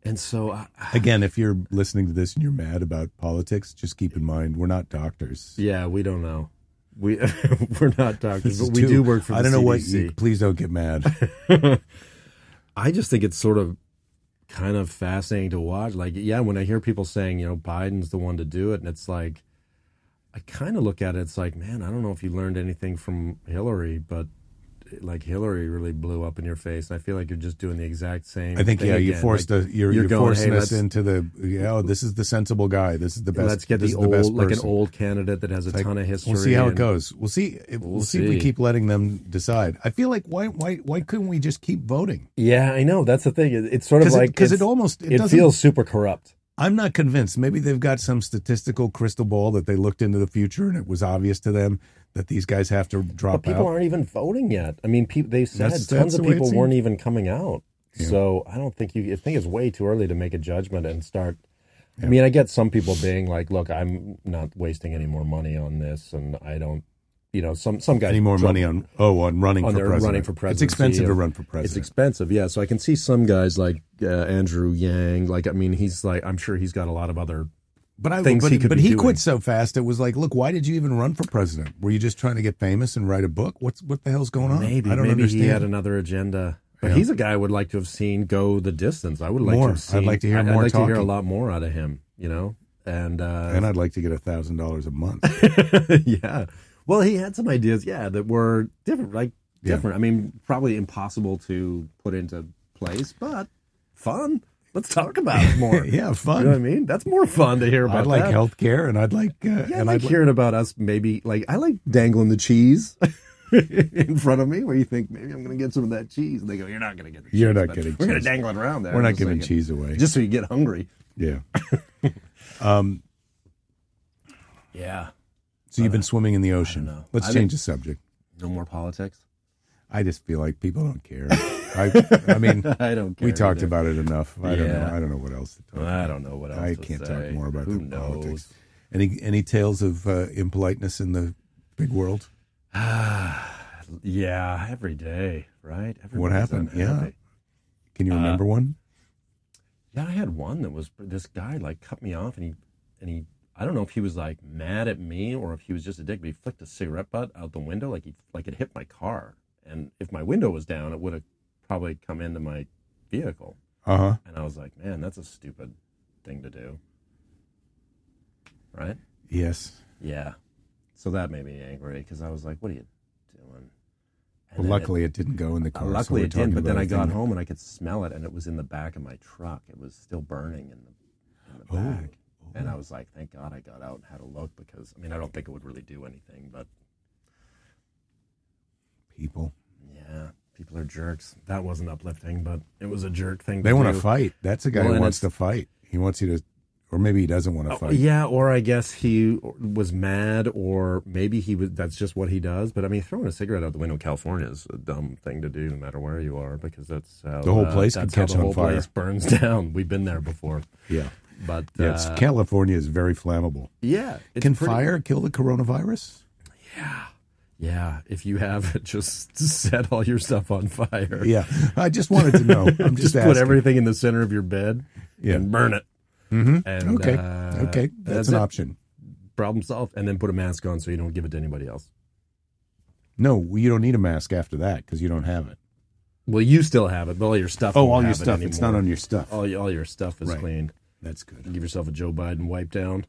Speaker 1: And so I,
Speaker 2: Again, if you're listening to this and you're mad about politics, just keep in mind we're not doctors.
Speaker 1: Yeah, we don't know. We we're not doctors,
Speaker 2: This
Speaker 1: but
Speaker 2: is
Speaker 1: we
Speaker 2: too-
Speaker 1: do work for. The
Speaker 2: I don't know what.
Speaker 1: CDC.
Speaker 2: You, please don't get mad.
Speaker 1: I just think it's sort of kind of fascinating to watch. Like, yeah, when I hear people saying, you know, Biden's the one to do it, and it's like, I kind of look at it. It's like, man, I don't know if you learned anything from Hillary, but like Hillary really blew up in your face, and I feel like you're just doing the exact same.
Speaker 2: I think
Speaker 1: thing
Speaker 2: yeah, you
Speaker 1: again.
Speaker 2: forced
Speaker 1: Like,
Speaker 2: us. You're,
Speaker 1: you're
Speaker 2: you're,
Speaker 1: going,
Speaker 2: forcing
Speaker 1: "Hey,
Speaker 2: us
Speaker 1: let's-
Speaker 2: into the. You know, this is the sensible guy. This is the best.
Speaker 1: Let's get
Speaker 2: this
Speaker 1: the
Speaker 2: is the best
Speaker 1: old, like an
Speaker 2: person."
Speaker 1: old candidate that has a ton of history.
Speaker 2: We'll see how it
Speaker 1: and-
Speaker 2: goes. We'll see. If, we'll, see. if we
Speaker 1: see.
Speaker 2: keep letting them decide. I feel like why why why couldn't we just keep voting?
Speaker 1: Yeah, I know. That's the thing. It- It's sort of
Speaker 2: Because
Speaker 1: like
Speaker 2: because it
Speaker 1: it's-
Speaker 2: almost it,
Speaker 1: it
Speaker 2: doesn't.
Speaker 1: feels super corrupt.
Speaker 2: I'm not convinced. Maybe they've got some statistical crystal ball that they looked into the future and it was obvious to them that these guys have to drop
Speaker 1: But people
Speaker 2: out.
Speaker 1: aren't even voting yet. I mean, peop they said
Speaker 2: That's- that's
Speaker 1: tons
Speaker 2: the
Speaker 1: of
Speaker 2: way it
Speaker 1: people
Speaker 2: seems.
Speaker 1: weren't even coming out. So I don't think you. I think it's way too early to make a judgment and start. I mean, I get some people being like, "Look, I'm not wasting any more money on this, and I don't." You know, some some guy
Speaker 2: Any more money on oh on running
Speaker 1: on
Speaker 2: for
Speaker 1: their
Speaker 2: president?
Speaker 1: running for president.
Speaker 2: It's expensive to run for
Speaker 1: It's
Speaker 2: president.
Speaker 1: expensive, yeah. So I can see some guys like uh, Andrew Yang. Like, I mean, he's like, I'm sure he's got a lot of other
Speaker 2: But I,
Speaker 1: things
Speaker 2: but,
Speaker 1: he could
Speaker 2: but
Speaker 1: be
Speaker 2: he
Speaker 1: doing.
Speaker 2: quit so fast. It was like, look, why did you even run for president? Were you just trying to get famous and write a book? What's what the hell's going on?
Speaker 1: Maybe
Speaker 2: I don't
Speaker 1: maybe
Speaker 2: understand.
Speaker 1: he had another agenda. But
Speaker 2: Yeah.
Speaker 1: he's a guy I would like to have seen go the distance. I would like
Speaker 2: More.
Speaker 1: to have seen.
Speaker 2: I'd like to hear
Speaker 1: I-
Speaker 2: more
Speaker 1: I'd like to hear a
Speaker 2: talking.
Speaker 1: lot more out of him. You know, and uh,
Speaker 2: and I'd like to get a thousand dollars a month.
Speaker 1: yeah. Well, he had some ideas, yeah, that were different, like
Speaker 2: Yeah.
Speaker 1: different. I mean, probably impossible to put into place, but fun. Let's talk about it more.
Speaker 2: yeah,
Speaker 1: You
Speaker 2: fun.
Speaker 1: know what I mean? That's more fun to hear about.
Speaker 2: I'd like
Speaker 1: that.
Speaker 2: health care, and I'd like uh,
Speaker 1: Yeah,
Speaker 2: and
Speaker 1: I like
Speaker 2: I'd
Speaker 1: hearing about us. Maybe like I like dangling the cheese in front of me, where you think maybe I'm going to get some of that cheese, and they go, "You're not going to get the
Speaker 2: You're
Speaker 1: cheese,
Speaker 2: not
Speaker 1: but
Speaker 2: getting
Speaker 1: We're going
Speaker 2: cheese.
Speaker 1: to dangle it around there.
Speaker 2: We're not
Speaker 1: just so
Speaker 2: giving
Speaker 1: you-
Speaker 2: cheese away.
Speaker 1: just so you get hungry."
Speaker 2: yeah. um.
Speaker 1: Yeah.
Speaker 2: So you've been swimming in the
Speaker 1: don't
Speaker 2: ocean.
Speaker 1: know.
Speaker 2: Let's
Speaker 1: I
Speaker 2: change the subject.
Speaker 1: No more politics.
Speaker 2: I just feel like people don't care. I, I mean,
Speaker 1: I don't. Care
Speaker 2: we talked
Speaker 1: either.
Speaker 2: about it enough. I don't know.
Speaker 1: Yeah.
Speaker 2: I don't know what else to talk. about.
Speaker 1: I don't know what else.
Speaker 2: I
Speaker 1: to
Speaker 2: can't
Speaker 1: say.
Speaker 2: talk more about
Speaker 1: Who
Speaker 2: the
Speaker 1: knows?
Speaker 2: politics. Any any tales of uh, impoliteness in the big world?
Speaker 1: yeah, every day, right?
Speaker 2: What happened? Yeah.
Speaker 1: unhappy.
Speaker 2: Can
Speaker 1: Uh,
Speaker 2: you remember one?
Speaker 1: yeah. I had one that was this guy like cut me off, and he and he. I don't know if he was like mad at me or if he was just a dick, but he flicked a cigarette butt out the window, like he like it hit my car, and if my window was down, it would have probably come into my vehicle.
Speaker 2: Uh huh.
Speaker 1: And I was like, man, that's a stupid thing to do, right?
Speaker 2: Yes.
Speaker 1: Yeah. So that made me angry because I was like, what are you doing? And
Speaker 2: Well,
Speaker 1: then it-
Speaker 2: luckily, it, didn't go in the car. so
Speaker 1: luckily
Speaker 2: we're
Speaker 1: it did,
Speaker 2: talking
Speaker 1: but then
Speaker 2: about
Speaker 1: I
Speaker 2: a thing
Speaker 1: got
Speaker 2: that-
Speaker 1: home and I could smell it, and it was in the back of my truck. It was still burning in the, in the
Speaker 2: Oh.
Speaker 1: back, and I was like, "Thank God I got out and had a look," because I mean, I don't think it would really do anything, but
Speaker 2: People.
Speaker 1: yeah, people are jerks. That wasn't uplifting, but it was a jerk thing.
Speaker 2: They
Speaker 1: to
Speaker 2: want
Speaker 1: do.
Speaker 2: to fight. That's a guy
Speaker 1: Well,
Speaker 2: who
Speaker 1: and
Speaker 2: wants to
Speaker 1: it's-
Speaker 2: fight. He wants you to, or maybe he doesn't want to
Speaker 1: Oh,
Speaker 2: fight.
Speaker 1: yeah, or I guess he was mad, or maybe he was. That's just what he does. But I mean, throwing a cigarette out the window in California is a dumb thing to do, no matter where you are, because that's how, uh,
Speaker 2: The whole place could
Speaker 1: that's how
Speaker 2: catch
Speaker 1: the
Speaker 2: on
Speaker 1: whole
Speaker 2: fire.
Speaker 1: place burns down. We've been there before,
Speaker 2: Yeah.
Speaker 1: but
Speaker 2: Yeah, it's-
Speaker 1: uh,
Speaker 2: California is very flammable.
Speaker 1: Yeah. It's
Speaker 2: Can
Speaker 1: pretty-
Speaker 2: fire kill the coronavirus?
Speaker 1: Yeah. If you have it, just set all your stuff on fire.
Speaker 2: Yeah, I just wanted to know. I'm just,
Speaker 1: Just
Speaker 2: asking.
Speaker 1: put everything in the center of your bed
Speaker 2: Yeah.
Speaker 1: and burn it.
Speaker 2: Mhm.
Speaker 1: And,
Speaker 2: Okay,
Speaker 1: uh,
Speaker 2: okay, that's, an
Speaker 1: it.
Speaker 2: option.
Speaker 1: Problem solved. And then put a mask on so you don't give it to anybody else.
Speaker 2: No, you don't need a mask after that because you don't have it.
Speaker 1: Well, you still have it, but all your stuff.
Speaker 2: Oh,
Speaker 1: won't
Speaker 2: all your
Speaker 1: have it
Speaker 2: stuff. It's not
Speaker 1: anymore.
Speaker 2: on your stuff.
Speaker 1: All, y- all your stuff is
Speaker 2: Right.
Speaker 1: clean.
Speaker 2: Oh, That's good.
Speaker 1: Give yourself a Joe Biden wipe down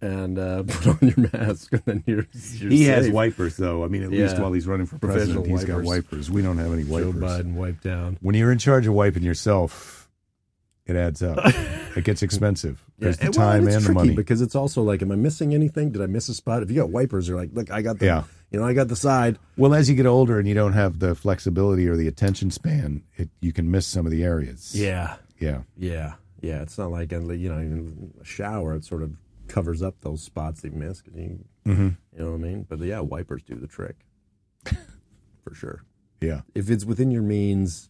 Speaker 1: and uh, put on your mask, and then you're, you're
Speaker 3: He
Speaker 1: safe.
Speaker 3: has wipers, though. I mean, at least
Speaker 1: Yeah.
Speaker 3: while he's running for
Speaker 2: President,
Speaker 1: Professional
Speaker 3: president,
Speaker 2: he's got wipers. We don't have any
Speaker 1: Joe
Speaker 2: wipers.
Speaker 1: Biden wipe down.
Speaker 2: when you're in charge of wiping yourself, it adds up. it gets expensive. There's the
Speaker 1: and- well,
Speaker 2: time
Speaker 1: it's
Speaker 2: and the
Speaker 1: tricky
Speaker 2: money.
Speaker 1: because it's also like, am I missing anything? Did I miss a spot? If you got wipers, you're like, look, I got the,
Speaker 2: Yeah.
Speaker 1: you know, I got the side.
Speaker 2: Well, as you get older and you don't have the flexibility or the attention span, it, you can miss some of the areas.
Speaker 1: Yeah,
Speaker 2: Yeah.
Speaker 1: yeah, yeah. It's not like and, you know, even a shower. It sort of covers up those spots that you miss. 'cause you, you know what I mean? But yeah, wipers do the trick for sure.
Speaker 2: Yeah.
Speaker 1: If it's within your means,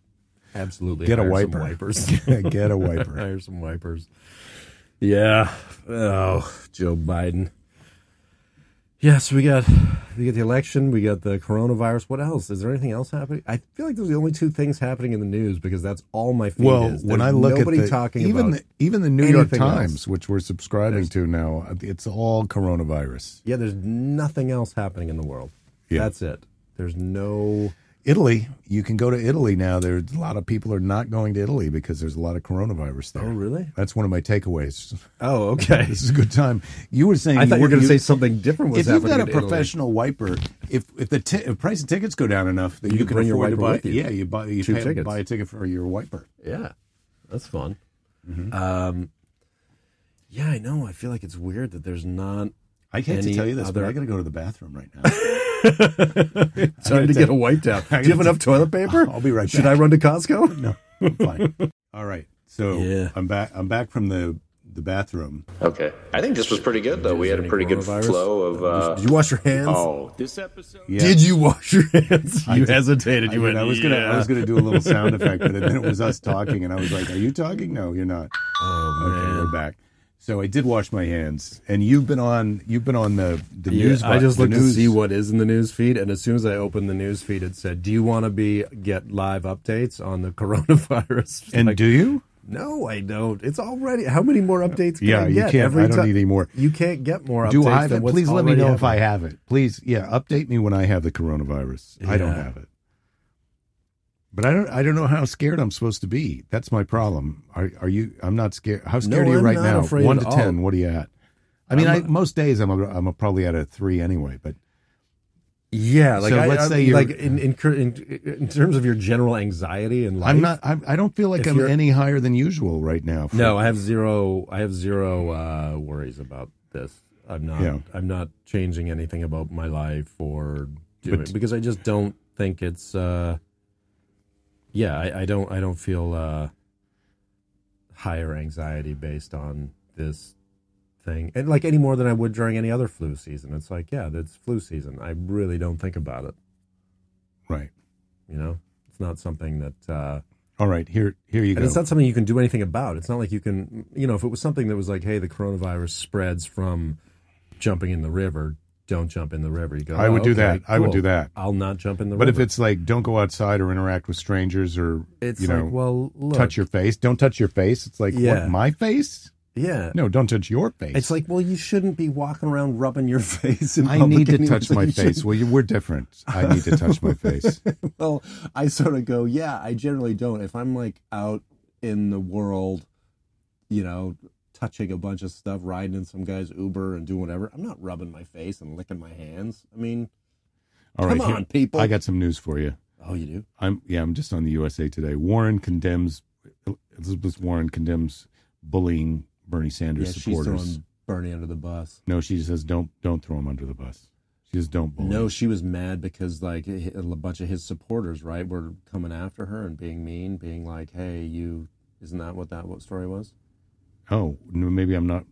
Speaker 1: absolutely
Speaker 2: Get a
Speaker 1: hire some
Speaker 2: wiper.
Speaker 1: wipers.
Speaker 2: Get a wiper.
Speaker 1: hire some wipers. Yeah. Oh, Joe Biden. Yes, we got we got the election, we got the coronavirus. What else? Is there anything else happening? I feel like those are the only two things happening in the news because that's all my feed
Speaker 2: Well,
Speaker 1: is.
Speaker 2: when
Speaker 1: There's
Speaker 2: I look
Speaker 1: nobody
Speaker 2: at the,
Speaker 1: talking
Speaker 2: even
Speaker 1: about
Speaker 2: the, even the New York
Speaker 1: anything else.
Speaker 2: Times, which we're subscribing to now, it's all coronavirus.
Speaker 1: yeah, there's nothing else happening in the world.
Speaker 2: Yeah.
Speaker 1: That's it. There's no
Speaker 2: Italy, you can go to Italy now. There's a lot of people are not going to Italy because there's a lot of coronavirus there.
Speaker 1: Oh, really?
Speaker 2: That's one of my takeaways.
Speaker 1: Oh, okay.
Speaker 2: This is a good time. You were saying
Speaker 1: I thought you were going to
Speaker 2: you-
Speaker 1: say something different was
Speaker 2: if you've
Speaker 1: happening
Speaker 2: got a
Speaker 1: in Italy.
Speaker 2: professional wiper, if if the ti- if price of tickets go down enough that you,
Speaker 1: can
Speaker 2: can
Speaker 1: bring your
Speaker 2: afford to
Speaker 1: wiper
Speaker 2: buy,
Speaker 1: with you.
Speaker 2: yeah, you buy you
Speaker 1: Two
Speaker 2: pay,
Speaker 1: tickets.
Speaker 2: buy a ticket for your wiper.
Speaker 1: Yeah, that's fun. Um, yeah, I know. I feel like it's weird that there's not.
Speaker 3: I hate to
Speaker 1: Any
Speaker 3: tell you this,
Speaker 1: other-
Speaker 3: but I got to go to the bathroom right now.
Speaker 1: Time to get a wipe down. Do you have enough toilet paper?
Speaker 3: I'll be right
Speaker 1: Should I
Speaker 3: back.
Speaker 1: run to Costco?
Speaker 3: No, I'm fine. All right. So
Speaker 1: Yeah.
Speaker 3: I'm back. I'm back from the the bathroom.
Speaker 4: Okay. I think this was pretty good, though. We had a pretty good
Speaker 1: coronavirus?
Speaker 4: flow of. Uh,
Speaker 1: Did you wash your hands?
Speaker 4: oh, this episode.
Speaker 3: Yeah.
Speaker 1: Did you wash your hands? You
Speaker 3: did.
Speaker 1: hesitated.
Speaker 3: I,
Speaker 1: You
Speaker 3: did.
Speaker 1: went.
Speaker 3: I was gonna. I
Speaker 1: "Yeah."
Speaker 3: was gonna do a little sound effect, but then it was us talking, and I was like, "Are you talking? No, you're not."
Speaker 1: Oh
Speaker 3: Okay,
Speaker 1: man.
Speaker 3: we're back. So I did wash my hands, and you've been on. You've been on the the
Speaker 1: Yeah,
Speaker 3: news.
Speaker 1: I just
Speaker 3: the
Speaker 1: looked to
Speaker 3: news-
Speaker 1: see what is in the news feed, and as soon as I opened the news feed, it said, "Do you want to be get live updates on the coronavirus?"
Speaker 2: And
Speaker 1: Like,
Speaker 2: do you?
Speaker 1: No, I don't. It's already. How many more updates? Can
Speaker 2: Yeah,
Speaker 1: I
Speaker 2: you
Speaker 1: get
Speaker 2: can't-
Speaker 1: Every
Speaker 2: I don't
Speaker 1: ti-
Speaker 2: need any more.
Speaker 1: You can't get more.
Speaker 2: Do
Speaker 1: updates
Speaker 2: I have
Speaker 1: than
Speaker 2: it?
Speaker 1: what's
Speaker 2: Please let me
Speaker 1: already
Speaker 2: know if I
Speaker 1: happening.
Speaker 2: have it. Please, yeah, update me when I have the coronavirus. I don't
Speaker 1: Yeah.
Speaker 2: have it. But I don't. I don't know how scared I'm supposed to be. That's my problem. Are, are you? I'm not scared. How scared
Speaker 1: No,
Speaker 2: are you
Speaker 1: I'm
Speaker 2: right
Speaker 1: not
Speaker 2: now?
Speaker 1: afraid
Speaker 2: One
Speaker 1: at
Speaker 2: to
Speaker 1: all.
Speaker 2: ten. What are you at? I mean, I,
Speaker 1: I'm-
Speaker 2: most days I'm. A, I'm a probably at a three anyway. But
Speaker 1: Yeah, like
Speaker 2: So
Speaker 1: I,
Speaker 2: let's
Speaker 1: I-
Speaker 2: say you're-
Speaker 1: like in, in cur- in in terms of your general anxiety and life.
Speaker 2: I'm not. I'm, I don't feel like
Speaker 1: If
Speaker 2: I'm
Speaker 1: you're-
Speaker 2: any higher than usual right now. for-
Speaker 1: No, I have zero. I have zero uh, worries about this. I'm not.
Speaker 2: Yeah.
Speaker 1: I'm not changing anything about my life or doing because I just don't think it's. Uh, yeah, I, I don't. I don't feel uh, higher anxiety based on this thing, and like any more than I would during any other flu season. It's like, yeah, that's flu season. I really don't think about it.
Speaker 2: Right.
Speaker 1: You know, it's not something that. Uh,
Speaker 2: All right. Here. Here you
Speaker 1: and
Speaker 2: go.
Speaker 1: it's not something you can do anything about. It's not like you can, you know, if it was something that was like, hey, the coronavirus spreads from jumping in the river, don't jump in the river. You go,
Speaker 2: I would
Speaker 1: "Oh,
Speaker 2: do
Speaker 1: okay,
Speaker 2: that. I would
Speaker 1: cool.
Speaker 2: do that.
Speaker 1: I'll not jump in the
Speaker 2: But
Speaker 1: river.
Speaker 2: if it's like, don't go outside or interact with strangers or
Speaker 1: it's
Speaker 2: you
Speaker 1: like,
Speaker 2: know,
Speaker 1: well, look,
Speaker 2: touch your face. Don't touch your face. It's like,
Speaker 1: Yeah.
Speaker 2: what? My face?
Speaker 1: yeah.
Speaker 2: No, don't touch your face.
Speaker 1: It's like, well, you shouldn't be walking around rubbing your face. In
Speaker 2: I need to
Speaker 1: public
Speaker 2: touch my
Speaker 1: anyway.
Speaker 2: face. Well, you, we're different. I need to touch my face.
Speaker 1: well, I sort of go, yeah, I generally don't. If I'm like out in the world, you know, touching a bunch of stuff, riding in some guy's Uber and doing whatever, I'm not rubbing my face and licking my hands. I mean,
Speaker 2: All right,
Speaker 1: Come
Speaker 2: here-
Speaker 1: on, people.
Speaker 2: I got some news for you.
Speaker 1: oh, you do?
Speaker 2: I'm yeah. I'm just on the USA Today. Warren condemns Elizabeth Warren condemns bullying Bernie Sanders
Speaker 1: Yeah, she's
Speaker 2: supporters.
Speaker 1: throwing Bernie under the bus.
Speaker 2: No, she says don't don't throw him under the bus. She says don't bully.
Speaker 1: No, she was mad because like a a bunch of his supporters, right, were coming after her and being mean, being like, "Hey, you." Isn't that what that story was?
Speaker 2: Oh, no, maybe I'm not.